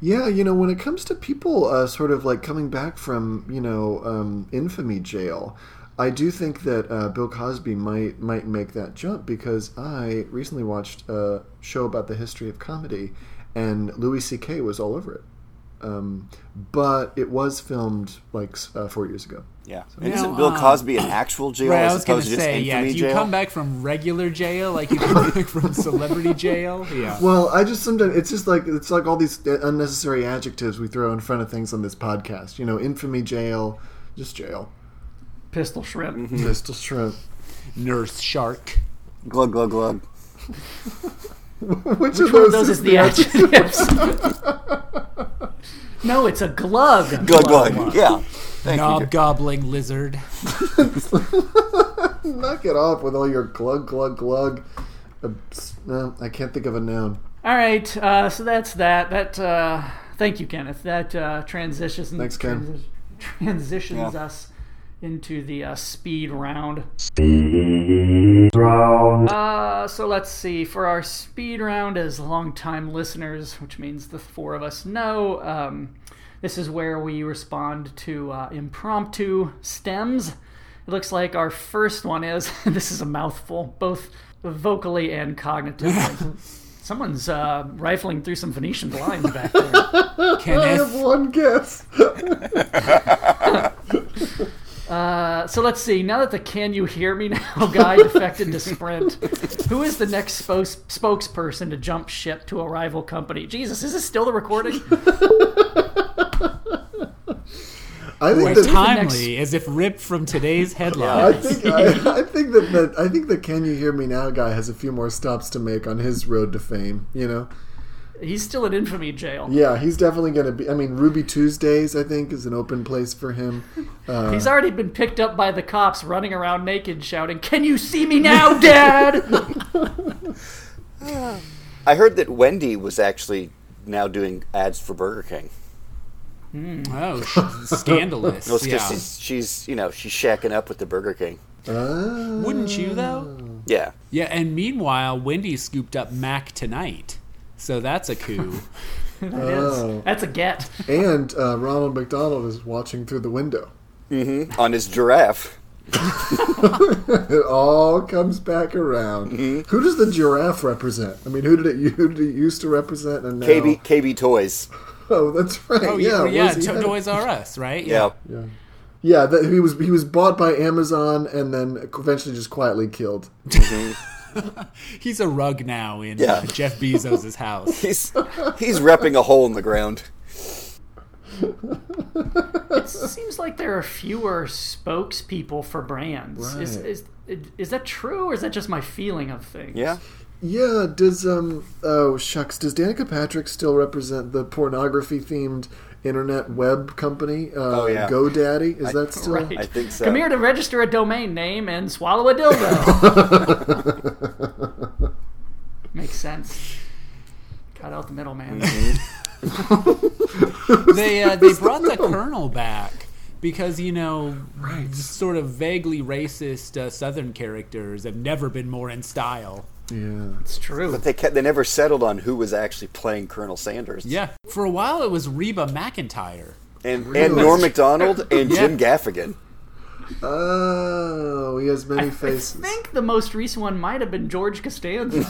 S4: Yeah, you know, when it comes to people uh, sort of like coming back from, you know, um, infamy jail, I do think that uh, Bill Cosby might might make that jump because I recently watched a show about the history of comedy, and Louis C.K. was all over it. Um, but it was filmed like s- uh, four years ago.
S5: Yeah. And
S3: Now,
S5: isn't Bill
S3: um,
S5: Cosby an actual jail
S3: Right, I
S5: as
S3: was gonna
S5: opposed to just
S3: say, yeah.
S5: infamy
S3: Do you
S5: jail?
S3: come back from regular jail, like you come back from celebrity jail? Yeah.
S4: Well, I just sometimes it's just like it's like all these uh, unnecessary adjectives we throw in front of things on this podcast. You know, infamy jail, just jail,
S2: Pistol shrimp.
S4: pistol shrimp.
S3: Nurse Shark.
S5: Glug, glug, glug.
S4: Which,
S2: Which one of those is the adjectives? no, it's a glug.
S5: Glug, glug. Yeah. Thank you.
S3: Knob gobbling lizard.
S4: Knock it off with all your glug glug glug. Uh, no, I can't think of a noun.
S2: All right, uh, so that's that. That uh, thank you, Kenneth. That uh, transitions
S4: Thanks, Ken.
S2: transi- transitions
S5: Yeah.
S2: us into the uh, speed round.
S1: Speed round.
S2: Uh, so let's see. For our speed round, as longtime listeners, which means the four of us know, um, this is where we respond to uh, impromptu stems. It looks like our first one is this is a mouthful, both vocally and cognitively. Someone's uh, rifling through some Phoenician blinds back there.
S4: I have
S3: Kenneth.
S4: one guess.
S2: Uh, so let's see. Now that the "Can you hear me now" guy defected to Sprint, who is the next spokes- spokesperson to jump ship to a rival company? Jesus, is this still the recording?
S4: I think
S3: As
S4: that
S3: timely as if ripped from today's
S4: I
S3: headlines.
S4: think I, I think that the, I think the Can You Hear Me Now guy has a few more stops to make on his road to fame. You know,
S2: He's still in infamy jail.
S4: yeah, he's definitely going to be. I mean, Ruby Tuesdays I think is an open place for him. Uh,
S2: He's already been picked up by the cops running around naked shouting, Can you see me now, Dad?
S5: I heard that Wendy was actually now doing ads for Burger King.
S3: Oh, sh- scandalous.
S5: No, it's 'cause
S3: yeah.
S5: she's, she's, you know, she's shacking up with the Burger King.
S4: ah,
S3: Wouldn't you though?
S5: Yeah.
S3: Yeah. And meanwhile, Wendy scooped up Mac tonight. So that's a coup.
S2: That is. That's a get.
S4: and uh, Ronald McDonald is watching through the window.
S5: On his giraffe.
S4: It all comes back around. Who does the giraffe represent? I mean, who did it? Who did it used to represent? And now,
S5: KB, KB Toys.
S4: Oh, that's right.
S3: Oh
S4: yeah,
S3: yeah, yeah.
S4: was he
S3: To-
S4: head-
S3: Toys R Us, right?
S5: Yeah.
S4: Yeah, yeah. That he was he was bought by Amazon and then eventually just quietly killed.
S3: He's a rug now in
S5: Yeah.
S3: uh, Jeff Bezos' house.
S5: He's, he's repping a hole in the ground.
S2: It seems like there are fewer spokespeople for brands. Is,
S4: Right.
S2: is, is that true, or is that just my feeling of things?
S5: Yeah.
S4: Yeah. Does um oh shucks does Danica Patrick still represent the pornography themed internet web company? Uh,
S5: Oh, yeah.
S4: GoDaddy is that still?
S2: Right.
S5: I think so.
S2: Come here to register a domain name and swallow a dildo. Makes sense. Cut out the middleman.
S3: they uh, they brought the colonel back because you know sort of vaguely racist uh, southern characters have never been more in style
S4: Yeah.
S2: It's true.
S5: But they, kept, they never settled on who was actually playing Colonel Sanders.
S3: yeah for a while it was reba mcintyre
S5: And, and Norm McDonald and Jim Gaffigan.
S4: Oh, he has many faces.
S2: I think the most recent one might have been George Costanza.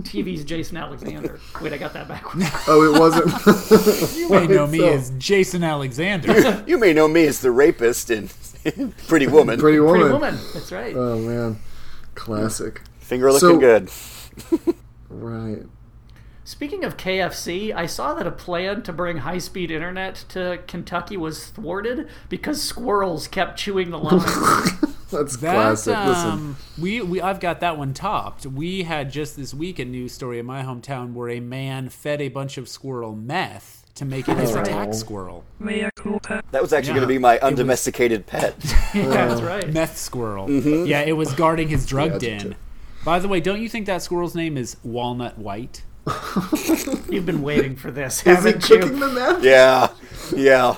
S2: TV's Jason Alexander. Wait, I got that backwards.
S4: Oh, it wasn't.
S3: you may know me
S4: so-
S3: as jason alexander
S5: You may know me as the rapist in Pretty Woman.
S4: Pretty woman.
S2: Pretty Woman. That's right.
S4: Oh man, classic.
S5: Finger looking
S4: So-
S5: good.
S4: Right.
S2: Speaking of KFC, I saw that a plan to bring high speed internet to Kentucky was thwarted because squirrels kept chewing the lines.
S4: That's
S3: That's
S4: classic. Listen,
S3: um, we, we I've got that one topped. We had just this week a news story in my hometown where a man fed a bunch of squirrel meth to make it his
S4: Oh.
S3: attack squirrel.
S5: That was actually going to be my undomesticated pet.
S2: That's right.
S3: Meth squirrel. Yeah, it was guarding his drug
S4: The adjective.
S3: den. By the way, don't you think that squirrel's name is Walnut White?
S2: You've been waiting for this,
S4: is he
S2: haven't you?
S4: kicking the meth?
S5: yeah, yeah.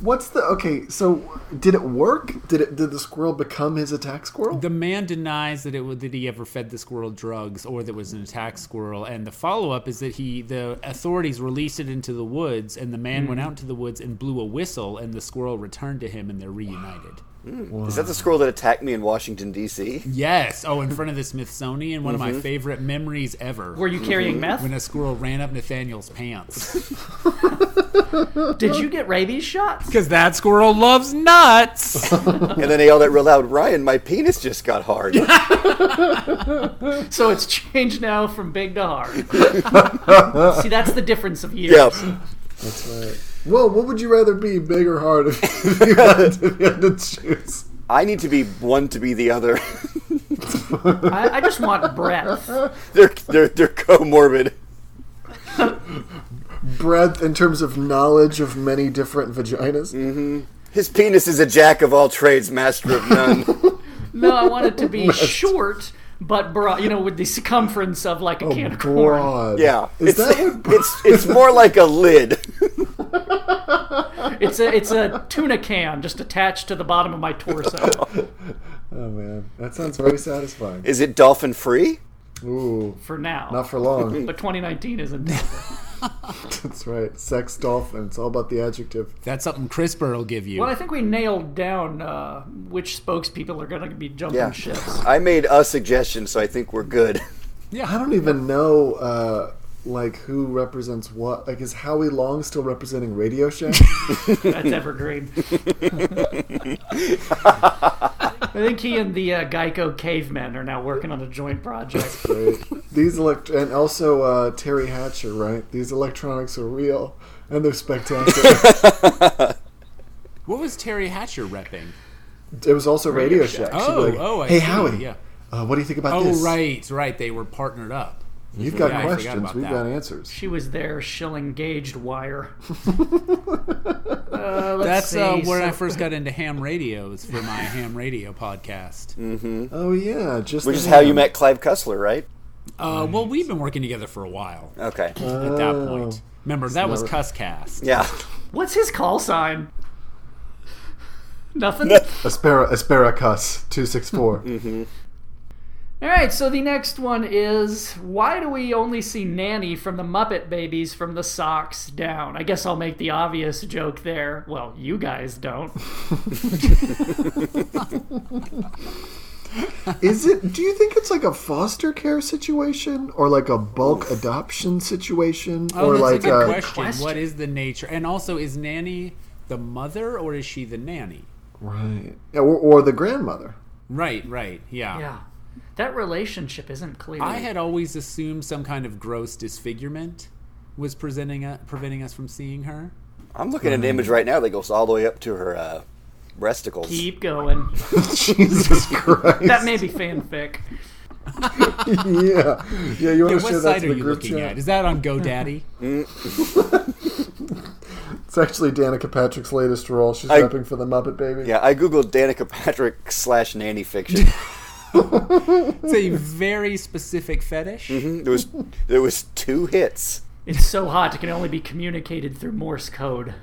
S4: What's the okay? So did it work? Did it? Did the squirrel become his attack squirrel?
S3: The man denies that it was, that he ever fed the squirrel drugs or that it was an attack squirrel. And the follow up is that he the authorities released it into the woods, and the man went out into the woods and blew a whistle, and the squirrel returned to him, and they're reunited.
S5: Is that the squirrel that attacked me in Washington D.C.?
S3: Yes. Oh, in front of the Smithsonian, one of my favorite memories ever.
S2: Were you carrying meth?
S3: when a squirrel ran up Nathaniel's pants.
S2: Did you get rabies shots?
S3: Because that squirrel loves nuts.
S5: And then he yelled out real loud, "Ryan, my penis just got hard."
S2: So it's changed now from big to hard. See, that's the difference of years.
S5: yep.
S4: Well, what would you rather be, big or hard, if you had to, if you had to choose?
S5: I need to be one to be the other.
S2: I, I just want breath.
S5: they're they're they're comorbid.
S4: Breadth in terms of knowledge of many different vaginas.
S5: His penis is a jack of all trades, master of none.
S2: No, I want it to be short, but broad. You know, with the circumference of like a
S4: Oh,
S2: can of corn.
S4: Broad.
S5: Yeah,
S4: Is
S5: it's,
S4: that what?
S5: it's it's more like a lid.
S2: It's a it's a tuna can just attached to the bottom of my torso.
S4: Oh man, that sounds very satisfying.
S5: Is it dolphin free?
S4: Ooh,
S2: for now.
S4: not for long.
S2: but 2019 isn't.
S4: That's right. Sex dolphin. It's all about the adjective.
S3: That's something CRISPR will give you.
S2: Well, I think we nailed down uh, which spokespeople are going to be jumping
S5: Yeah.
S2: ships.
S5: I made a suggestion, so I think we're good.
S4: I don't even know, uh, like who represents what. Like, is Howie Long still representing Radio Shack?
S2: That's evergreen. I think he and the uh, Geico cavemen are now working on a joint project.
S4: right? These elect and also uh, Terry Hatcher, right? These electronics are real and they're spectacular.
S3: what was Terry Hatcher repping?
S4: it was also Radio, Shack. She'd be
S3: Oh,
S4: like,
S3: oh, I
S4: hey
S3: see,
S4: Howie,
S3: yeah.
S4: uh, what do you think about
S3: Oh,
S4: this?
S3: right, right. They were partnered up.
S4: You've got
S3: Yeah, I forgot
S4: questions.
S3: about
S4: We've
S3: that.
S4: got answers.
S2: She was there shilling gauged wire. Uh, let's
S3: That's uh,
S2: see,
S3: where
S2: so-
S3: I first got into ham radios for my ham radio podcast.
S4: Oh yeah, just
S5: Which
S4: the
S5: is how you
S4: hand.
S5: met Clive Cussler, right?
S3: Uh, well, we've been working together for a while
S5: Okay.
S4: Uh,
S3: at that point. Remember, that was
S4: Oh. never-
S3: Cusscast.
S5: Yeah.
S2: What's his call sign? Nothing?
S4: Aspera Aspericus two six four.
S5: Mm-hmm.
S2: All right, so the next one is why do we only see Nanny from the Muppet Babies from the socks down? I guess I'll make the obvious joke there. Well, you guys don't.
S4: Is it? Do you think it's like a foster care situation, or like a bulk adoption situation,
S3: Oh,
S4: or
S3: that's
S4: like
S3: a good
S4: uh,
S3: question.
S2: question.
S3: What is the nature? And also, is Nanny the mother or is she the nanny?
S4: right? Yeah, or, or the grandmother?
S3: Right, right, yeah.
S2: Yeah. That relationship isn't clear.
S3: I had always assumed some kind of gross disfigurement was presenting uh preventing us from seeing her.
S5: I'm looking at an image right now that goes all the way up to her uh, breasticles.
S2: Keep going.
S4: Jesus Christ!
S2: That may be fanfic.
S4: yeah, yeah. You want
S3: Yeah,
S4: to
S3: what
S4: share that
S3: site
S4: to
S3: are
S4: the
S3: you
S4: group
S3: looking
S4: chat?
S3: at? Is that on GoDaddy?
S4: It's actually Danica Patrick's latest role. She's
S5: I-
S4: prepping for the Muppet Baby.
S5: Yeah, I googled Danica Patrick slash nanny fiction.
S3: it's a very specific fetish.
S4: Mm-hmm.
S5: there was there was two hits.
S2: It's so hot it can only be communicated through Morse code.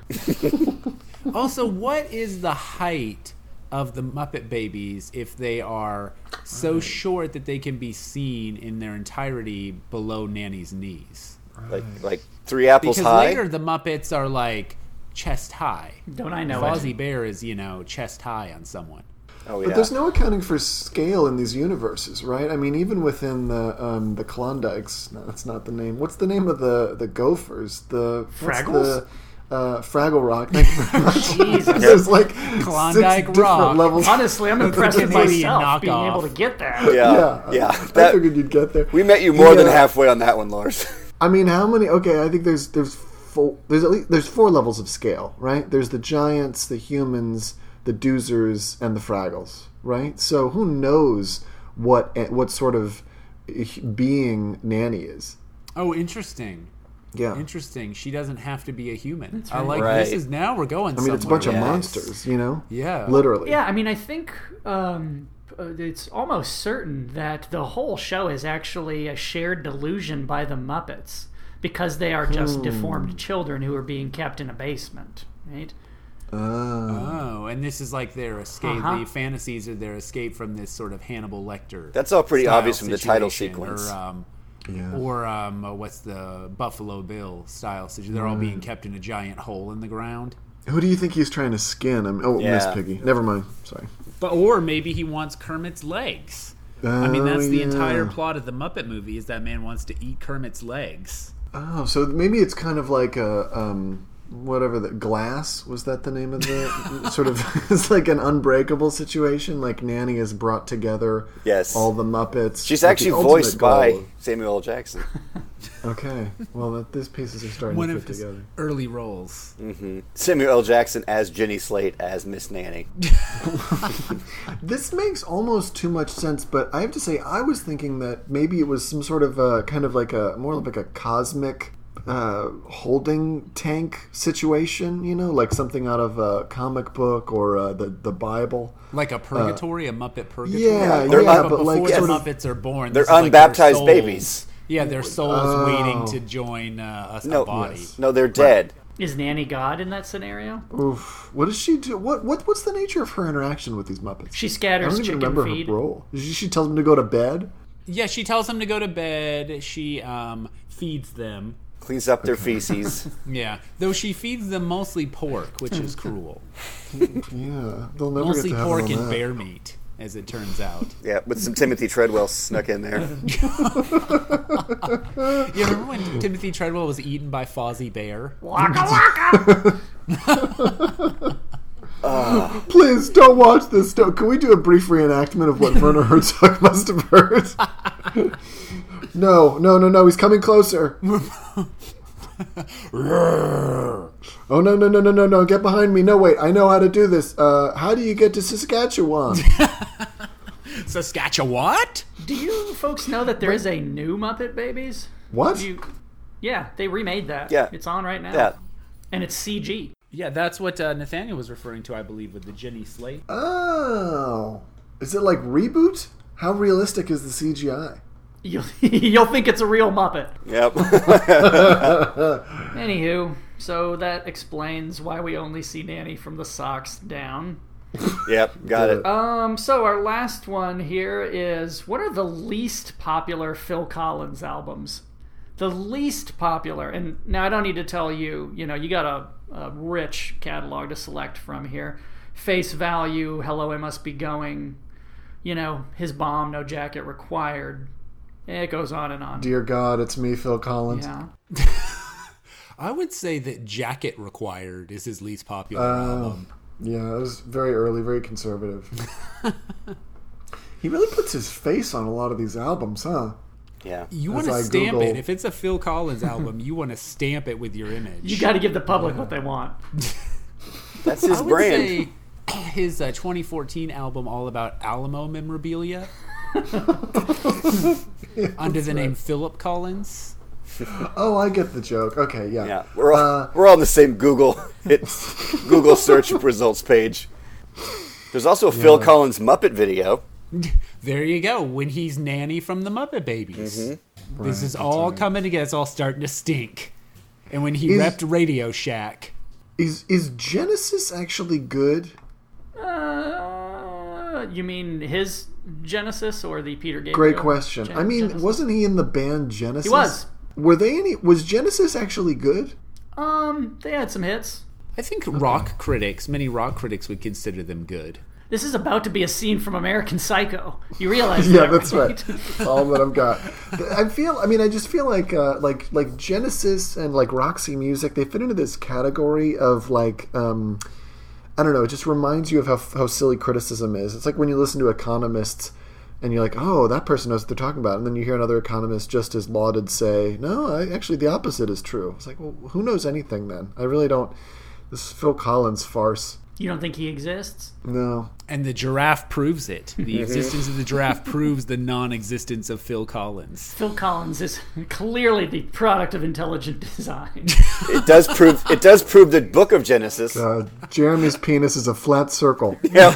S3: Also, what is the height of the Muppet Babies if they are so short that they can be seen in their entirety below Nanny's knees?
S5: Like like three apples
S3: Because
S5: high.
S3: later the Muppets are like chest high.
S2: Don't I know it?
S3: Fozzie Bear is, you know, chest high on someone.
S5: oh
S4: But
S5: yeah.
S4: there's no accounting for scale in these universes, right? I mean, even within the um, the Klondikes, no, that's not the name. What's the name of the the Gophers? The what's
S2: Fraggles?
S4: The, uh, Fraggle Rock. Thank you very much.
S2: Jesus.
S4: There's like six
S3: Klondike
S4: different
S3: Rock.
S4: levels.
S2: Honestly, I'm impressed with
S3: Canadian
S2: myself being
S3: knockoff.
S2: able to get that.
S5: yeah, yeah.
S4: I
S5: That-
S4: figured you'd get there.
S5: we met you more than
S4: Yeah.
S5: halfway on that one, Lars.
S4: I mean, how many? Okay, I think there's there's four, there's at least there's four levels of scale, right? There's the giants, the humans, the doozers, and the Fraggles, right? So who knows what what sort of being Nanny is?
S3: Oh, interesting.
S4: Yeah,
S3: Interesting. She doesn't have to be a human. I like this
S5: Right.
S3: is now we're going.
S4: I mean it's a bunch of
S5: Yes.
S4: monsters, you know.
S3: Yeah.
S4: literally.
S2: Yeah, I mean, I think um, uh, it's almost certain that the whole show is actually a shared delusion by the Muppets because they are
S4: Hmm.
S2: just deformed children who are being kept in a basement, right?
S4: Ah.
S3: Oh, and this is like their escape.
S2: Uh-huh.
S3: The fantasies are their escape from this sort of Hannibal Lecter.
S5: That's all pretty
S3: style
S5: obvious from the title
S3: situation,
S5: sequence.
S3: Or, um,
S4: Yeah.
S3: or um, uh, what's the Buffalo Bill style situation? They're all
S4: Mm.
S3: being kept in a giant hole in the ground.
S4: Who do you think he's trying to skin? i oh, Miss
S5: Yeah.
S4: Piggy. Never mind. Sorry.
S3: But or maybe he wants Kermit's legs. I mean,
S4: Oh,
S3: that's the
S4: yeah.
S3: entire plot of the Muppet movie: is that man wants to eat Kermit's legs.
S4: Oh, so maybe it's kind of like a um, whatever the glass was that the name of the sort of it's like an unbreakable situation. Like Nanny is brought together.
S5: Yes.
S4: all the Muppets.
S5: She's
S4: with
S5: actually
S4: the ultimate
S5: voiced by
S4: goal.
S5: Samuel L. Jackson.
S4: Okay, well that these pieces are starting
S3: One
S4: to
S3: of
S4: fit
S3: his
S4: together.
S3: early roles.
S5: Samuel L. Jackson as Jenny Slate as Miss Nanny.
S4: This makes almost too much sense, but I have to say I was thinking that maybe it was some sort of a kind of like a more like a cosmic uh, holding tank situation, you know, like something out of a comic book or uh, the the Bible.
S3: Like a purgatory, a Muppet purgatory.
S4: Uh, yeah,
S5: they're
S4: yeah,
S5: up
S4: but
S3: before
S4: like
S3: the
S4: sort of-
S3: Muppets are born,
S5: They're
S3: this is like their
S5: unbaptized
S3: souls.
S5: babies.
S3: Yeah, their souls
S4: Oh.
S3: waiting to join uh, a, a
S5: No,
S3: body.
S5: no, they're dead.
S2: Is Nanny God in that scenario?
S4: Oof. What does she do? What what what's the nature of her interaction with these Muppets?
S2: She
S4: I don't
S2: scatters
S4: even
S2: chicken
S4: remember
S2: feed.
S4: her role. She, she tells them to go to bed.
S3: Yeah, she tells them to go to bed. She um, feeds them.
S5: Cleans up their feces.
S3: Yeah, though she feeds them mostly pork, which is cruel.
S4: Yeah, they'll never
S3: mostly
S4: get to
S3: pork
S4: heaven on
S3: and
S4: that.
S3: bear meat, as it turns out.
S5: yeah, with some Timothy Treadwell snuck in there.
S3: You remember when Timothy Treadwell was eaten by Fozzie Bear?
S2: Waka waka!
S4: Please don't watch this. do Can we do a brief reenactment of what Werner Herzog must have heard? no, no, no, no. He's coming closer. oh no, no, no, no, no, no! Get behind me! No, wait. I know how to do this. Uh, how do you get to Saskatchewan?
S3: Saskatchewan? What?
S2: Do you folks know that there is a new Muppet Babies?
S4: What?
S2: Do you, yeah, they remade that.
S5: Yeah.
S2: It's on right now.
S5: Yeah.
S2: And it's CG.
S3: Yeah, that's what uh, Nathaniel was referring to, I believe, with the Jenny Slate.
S4: Oh, is it like reboot? How realistic is the CGI?
S2: You'll, you'll think it's a real Muppet.
S5: Yep.
S2: Anywho, so that explains why we only see Nanny from the socks down.
S5: yep. Got it.
S2: Um, so our last one here is what are the least popular Phil Collins albums? The least popular, and now I don't need to tell you, you know, you got a, a rich catalog to select from here. Face Value, Hello, I Must Be Going, you know, His Bomb, No Jacket Required. It goes on and on.
S4: Dear God, it's me, Phil Collins.
S2: Yeah.
S3: I would say that Jacket Required is his least popular
S4: Oh,
S3: album.
S4: Yeah, it was very early, very conservative. he really puts his face on a lot of these albums, huh?
S5: Yeah.
S3: You want to
S4: I
S3: stamp
S4: Google-
S3: it. If it's a Phil Collins album, you want to stamp it with your image.
S2: You got to give the public what they want.
S5: That's his
S3: I would
S5: brand.
S3: say his uh, 2014 album, all about Alamo memorabilia, under the name Philip Collins.
S4: Oh, I get the joke. Okay, yeah.
S5: Yeah. We're all,
S4: Uh,
S5: we're all on the same Google it's Google search results page. There's also a Phil Collins Muppet video.
S3: There you go. When he's nanny from the Muppet Babies,
S4: Mm-hmm.
S3: this is all coming together. It's all starting to stink. And when he
S4: Is-
S3: repped Radio Shack,
S4: Is is Genesis actually good?
S2: Uh, you mean his Genesis or the Peter Gabriel?
S4: Great question.
S2: Gen-
S4: I mean,
S2: Genesis?
S4: wasn't he in the band Genesis? He
S2: was.
S4: Were they any? Was Genesis actually good?
S2: Um, they had some hits.
S3: I think rock critics, many rock critics, would consider them good.
S2: This is about to be a scene from American Psycho. You realize
S4: yeah,
S2: that,
S4: that's right. That's all that I've got. I feel. I mean, I just feel like uh, like like Genesis and like Roxy Music. They fit into this category of like. Um, I don't know. It just reminds you of how, how silly criticism is. It's like when you listen to economists, and you're like, "Oh, that person knows what they're talking about," and then you hear another economist just as lauded say, "No, I, actually, the opposite is true." It's like, well, who knows anything then? I really don't. This Phil Collins farce.
S2: You don't think he exists?
S4: No.
S3: And the giraffe proves it. The existence of the giraffe proves the non existence of Phil Collins.
S2: Phil Collins is clearly the product of intelligent design.
S5: It does prove it does prove the book of Genesis.
S4: Uh, Jeremy's penis is a flat circle.
S5: Yeah.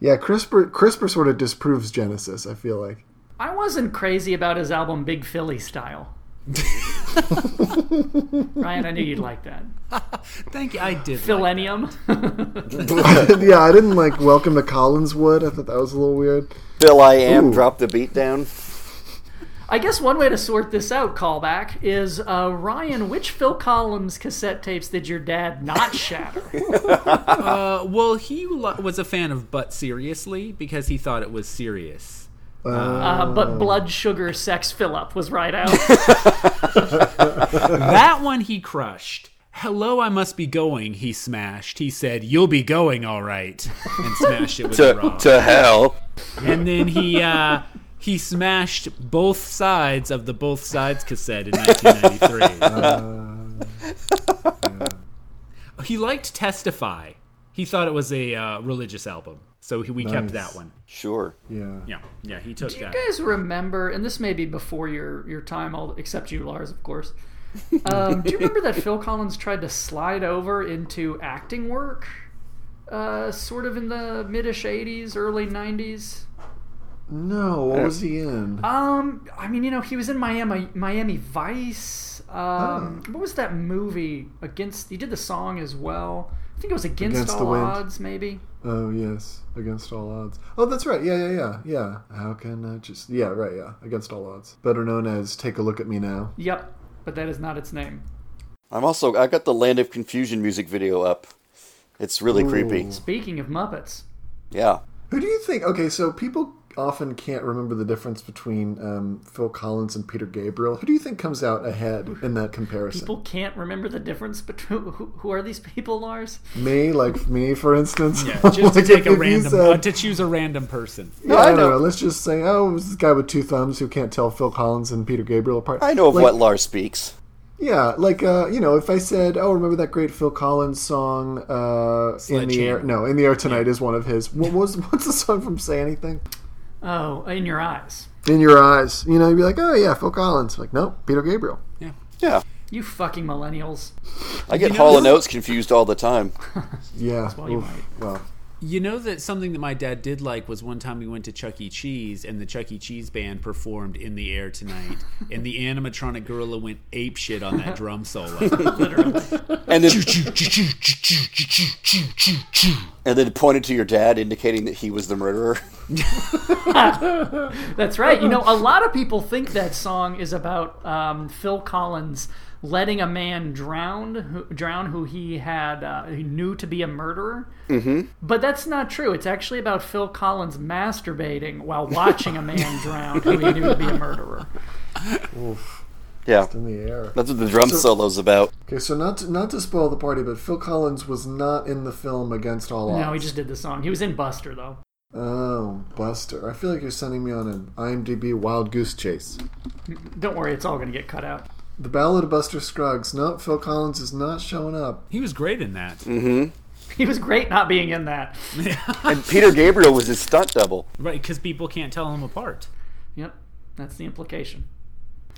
S4: Yeah, CRISPR CRISPR sort of disproves Genesis. I feel like.
S2: I wasn't crazy about his album Big Philly Style. Ryan, I knew you'd like that.
S3: Thank you. I did. like-
S2: Millennium.
S4: yeah, I didn't like Welcome to Collinswood. I thought that was a little weird.
S5: Bill I am
S4: Ooh.
S5: drop the beat down.
S2: I guess one way to sort this out, callback, is uh, Ryan, which Phil Collins cassette tapes did your dad not shatter?
S3: Uh, well, he lo- was a fan of But Seriously because he thought it was serious.
S2: Uh,
S4: Oh.
S2: but Blood Sugar Sex Fill Up was right out.
S3: That one he crushed. Hello, I must be going. He smashed. He said, "You'll be going, all right," and smashed it with a rock.
S5: hell.
S3: And then he uh, he smashed both sides of the both sides cassette in 1993. He liked Testify. He thought it was a uh, religious album, so he, we kept
S4: Nice.
S3: that one.
S5: Sure.
S4: Yeah.
S3: Yeah, yeah, he took that.
S2: you guys remember, and this may be before your, your time, all except you, Lars, of course. Um, do you remember that Phil Collins tried to slide over into acting work? Uh, sort of in the mid-ish 80s, early 90s.
S4: No, what was he in?
S2: Um, I mean, you know, he was in Miami, Miami Vice. Um, what was that movie? Against he did the song as well. I think it was Against,
S4: Against the
S2: All
S4: Wind.
S2: Odds, maybe.
S4: Oh yes, Against All Odds. Oh, that's right. Yeah, yeah, yeah, yeah. How can I just? Yeah, right. Yeah, Against All Odds. Better known as Take a Look at Me Now.
S2: Yep, but that is not its name.
S5: I'm also I got the Land of Confusion music video up. It's really creepy.
S2: Speaking of Muppets,
S5: Yeah.
S4: Who do you think? Okay, so people often can't remember the difference between um, Phil Collins and Peter Gabriel. Who do you think comes out ahead in that comparison?
S2: people can't remember the difference between who, who are these people, Lars?
S4: Me, like me, for instance.
S3: Yeah, just to
S4: Like,
S3: take a
S4: if you
S3: random,
S4: said-
S3: uh, to choose a random person.
S4: Yeah, I, don't
S5: know.
S4: know. Let's just say, oh, it was this guy with two thumbs who can't tell Phil Collins and Peter Gabriel apart.
S5: I know of
S4: Like-
S5: what Lars speaks.
S4: Yeah, like uh, you know, if I said, "Oh, remember that great Phil Collins song uh, in the air?"
S3: Sledgehammer.
S4: No, in the air tonight is one of his. What was what's the song from Say Anything?
S2: Oh, in your eyes,
S4: In your eyes, you know, you'd be like, "Oh yeah, Phil Collins." Like, no, Peter Gabriel.
S5: Yeah.
S2: you fucking millennials.
S5: I get
S3: know-
S5: Hall and Oates confused all the time.
S4: Yeah,
S2: why you
S4: oof,
S2: might.
S4: well,
S3: You know that something that my dad did like was one time we went to Chuck E. Cheese and the Chuck E. Cheese band performed "In the Air Tonight," and the animatronic gorilla went ape shit on that drum solo.
S5: And then and then pointed to your dad indicating that he was the murderer.
S2: That's right. You know, a lot of people think that song is about um, Phil Collins letting a man drown, who, drown who he had uh, he knew to be a murderer. Mm-hmm. But that's not true. It's actually about Phil Collins masturbating while watching a man drown who he knew to be a murderer.
S5: Yeah.
S4: in the air.
S5: That's what the drum solo's about.
S4: Okay, so not to, not to spoil the party, but Phil Collins was not in the film Against All Odds.
S2: No, he just did the song. He was in Buster though.
S4: Oh, Buster! I feel like you're sending me on an IMDb wild goose chase.
S2: Don't worry, it's all going to get cut out.
S4: The Ballad of Buster Scruggs. No, Phil Collins is not showing up.
S3: he was great in that,
S2: He was great not being in that.
S5: And Peter Gabriel was his stunt double.
S3: right? Because people can't tell them apart.
S2: Yep, that's the implication.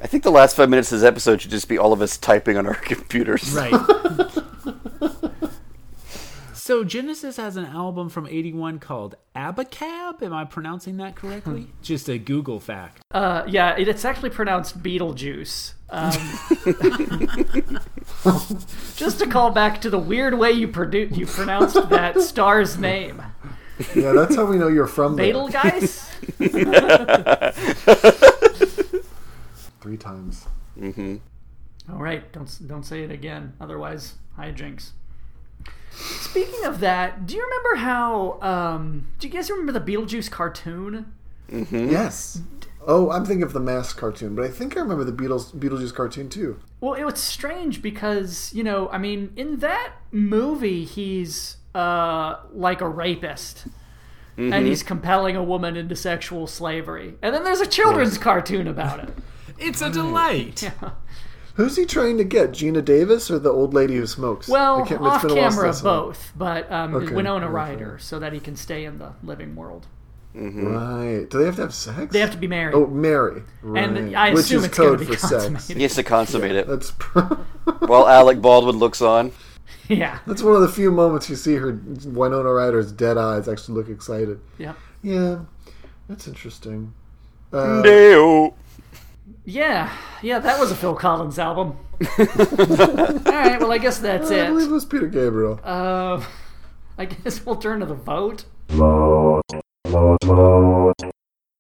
S5: I think the last five minutes of this episode should just be all of us typing on our computers.
S3: Right. so Genesis has an album from 81 called Abacab. Am I pronouncing that correctly? Just a Google fact.
S2: Uh, yeah, it, it's actually pronounced Beetlejuice. Um, just to call back to the weird way you produ- you pronounced that star's name,
S4: Yeah, that's how we know you're from there.
S2: Betelgeuse.
S4: Three times.
S2: All right, don't s- don't say it again, otherwise hijinks. Speaking of that, do you remember how? Um, do you guys remember the Beetlejuice cartoon?
S4: Yes. Oh, I'm thinking of the Mask cartoon, but I think I remember the Beatles Beetlejuice cartoon too.
S2: Well, it was strange because, you know, I mean, in that movie, he's uh, like a rapist.
S4: Mm-hmm.
S2: And he's compelling a woman into sexual slavery. And then there's a children's cartoon about it.
S3: It's a delight.
S4: Who's he trying to get? Gina Davis or the old lady who smokes? I
S2: Well,
S4: can't- it's
S2: off
S4: been a while since
S2: camera,
S4: I saw it.
S2: both, but um,
S4: Okay,
S2: Winona
S4: okay.
S2: Ryder, so that he can stay in the living world.
S4: Right. Do they have to have sex?
S2: They have to be married.
S4: Oh, marry.
S2: and
S4: Right.
S2: I
S4: Which
S2: assume
S4: is
S2: it's
S4: code
S2: going to be
S4: for
S2: consummated.
S4: sex.
S5: He has to consummate it
S4: That's
S5: while Alec Baldwin looks on.
S2: Yeah,
S4: that's one of the few moments you see her Winona Ryder's dead eyes actually look excited.
S2: yeah,
S4: Yeah, that's interesting. Uh,
S5: Deo.
S2: yeah, yeah. That was a Phil Collins album. All right. Well, I guess that's
S4: I believe it
S2: it.
S4: was Peter Gabriel.
S2: Uh, I guess we'll turn to the vote.
S1: Lost. Lost. Lost.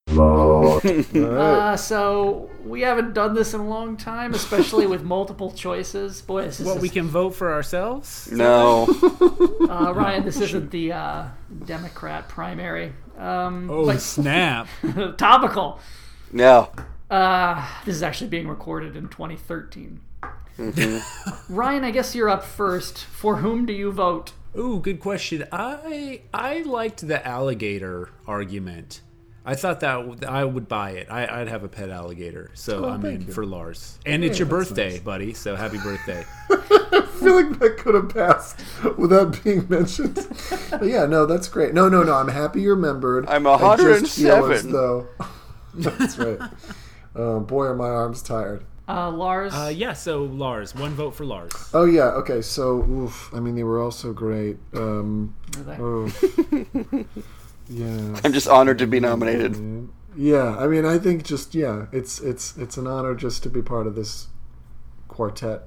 S1: Lost.
S4: All right.
S2: Uh, so we haven't done this in a long time, especially with multiple choices. Boy, this is
S3: What we can vote for
S5: Mm.
S3: ourselves?
S5: No.
S2: uh, Ryan. This isn't the uh, Democrat primary. Um,
S3: Oh snap!
S2: but topical.
S5: No.
S2: Uh, this is actually being recorded in 2013.
S3: Mm-hmm.
S2: Ryan, I guess you're up first. For whom do you vote?
S3: Ooh, good question. I I liked the alligator argument. I thought that w- I would buy it. I, I'd have a pet alligator, so I'm in for Lars. And it's your birthday, buddy. So happy birthday!
S4: I feel like that could have passed without being mentioned. But yeah, no, that's great. No, no, no. I'm happy you remembered.
S5: I'm
S4: I just feel as
S5: 107.
S4: though- That's right. Oh boy, are my arms tired.
S2: Uh, Lars.
S3: Uh, yeah, so Lars, one vote for Lars.
S4: Oh yeah. Okay. So, oof. I mean, they were all so great. Um, oh. yeah.
S5: I'm just honored to be nominated.
S4: Yeah. I mean, I think just yeah, it's it's it's an honor just to be part of this quartet.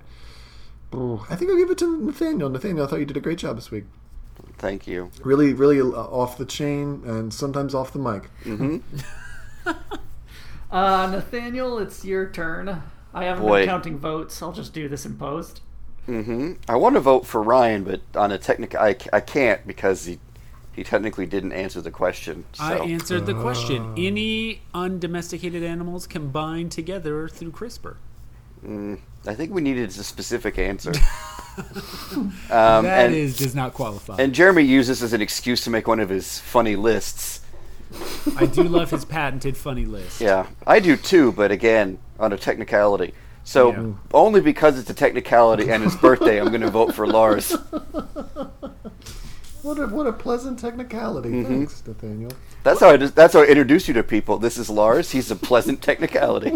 S4: Ooh, I think I'll give it to Nathaniel. Nathaniel, I thought you did a great job this week.
S5: Thank you.
S4: Really, really uh, off the chain and sometimes off the mic.
S2: Uh, Nathaniel, it's your turn. I haven't
S5: Boy.
S2: been counting votes. I'll just do this in post.
S5: hmm I want to vote for Ryan, but on a technical, I, I can't because he he technically didn't answer the question. So.
S3: I answered the question. Any undomesticated animals combined together through CRISPR.
S5: I think we needed a specific answer.
S3: That is
S5: um, and,
S3: does not qualify.
S5: and Jeremy used this as an excuse to make one of his funny lists.
S3: I do love his patented funny list.
S5: Yeah, I do too, but again, on a technicality. So
S3: Yeah.
S5: only because it's a technicality and his birthday, I'm going to vote for Lars.
S4: What a what a pleasant technicality.
S5: Mm-hmm.
S4: Thanks, Nathaniel.
S5: That's how I just, that's how I introduce you to people. This is Lars. He's a pleasant technicality.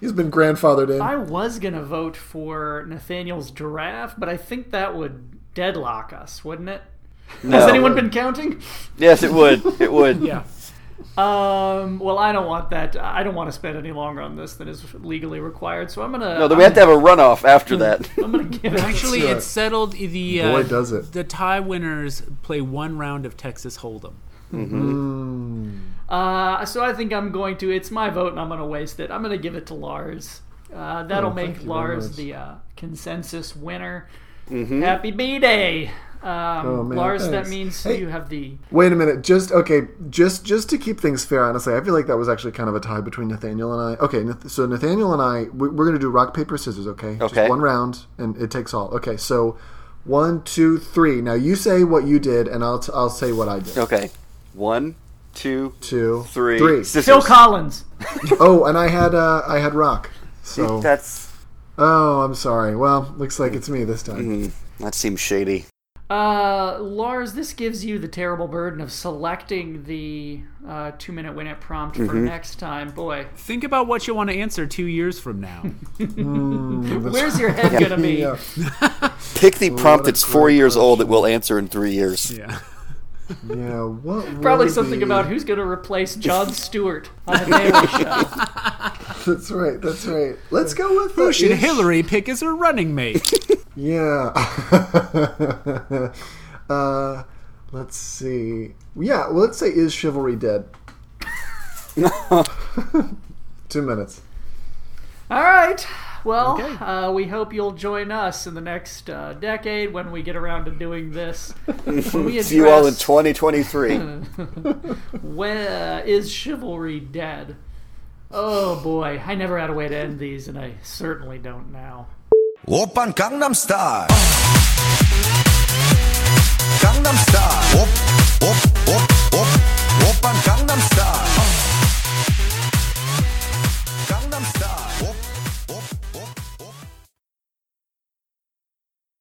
S4: He's been grandfathered in.
S2: I was gonna vote for Nathaniel's giraffe, but I think that would deadlock us, wouldn't it?
S5: No.
S2: Has anyone been counting?
S5: Yes, it would. It would.
S3: Yeah.
S2: Um, well, I don't want that. I don't want to spend any longer on this than is legally required. So I'm gonna.
S5: No, then we have to have a runoff after that.
S2: I'm gonna give it.
S3: Actually,
S4: That's right.
S3: it's settled. The
S4: Boy,
S3: uh,
S4: does it.
S3: The tie winners play one round of Texas Hold'em.
S2: Uh, so I think I'm going to. It's my vote, and I'm going to waste it. I'm going to give it to Lars. Uh, that'll
S4: Oh, thank
S2: make
S4: you very
S2: Lars
S4: much.
S2: the uh, consensus winner.
S5: Mm-hmm.
S2: Happy B Day, um,
S4: Oh, man,
S2: Lars. That
S4: thanks.
S2: means
S4: Hey.
S2: you have the.
S4: Wait a minute. Just okay. Just just to keep things fair, honestly, I feel like that was actually kind of a tie between Nathaniel and I. Okay, Nath- so Nathaniel and I, we- we're gonna do rock paper scissors. Okay. Just
S5: Okay.
S4: one round, and it takes all. Okay. So, one, two, three. Now you say what you did, and I'll t- I'll say what I did.
S5: Okay. One, two,
S4: Two,
S5: three.
S4: three.
S5: Scissors.
S2: Phil Collins.
S4: Oh, and I had uh, I had rock. So.
S5: That's
S4: oh, I'm sorry. Well, looks like it's me this time.
S5: Mm-hmm. that seems shady.
S2: Uh, Lars, this gives you the terrible burden of selecting the uh, two-minute win it prompt for
S5: Mm-hmm.
S2: next time. Boy,
S3: Think about what you want to answer two years from now.
S2: where's your head going to be?
S4: Yeah.
S5: Pick the
S4: a
S5: prompt that's
S4: great
S5: four years old that we'll answer in three years.
S3: yeah.
S4: Yeah. What?
S2: Probably
S4: would
S2: something
S4: be-
S2: about who's going to replace John Stewart on the Daily Show.
S4: That's right. That's right. Let's go with
S3: Who
S4: the
S3: should
S4: ish-
S3: Hillary pick as her running mate?
S4: Yeah. uh, let's see. Yeah, well, let's say is chivalry dead? Two minutes.
S2: All right. Well,
S3: Okay.
S2: uh, we hope you'll join us in the next uh, decade when we get around to doing this. when we
S5: See you all in
S2: address
S5: 2023.
S2: where is chivalry dead? Oh boy, I never had a way to end these, and I certainly don't now.
S7: 오빤 강남 스타일 강남 스타일 오, 오,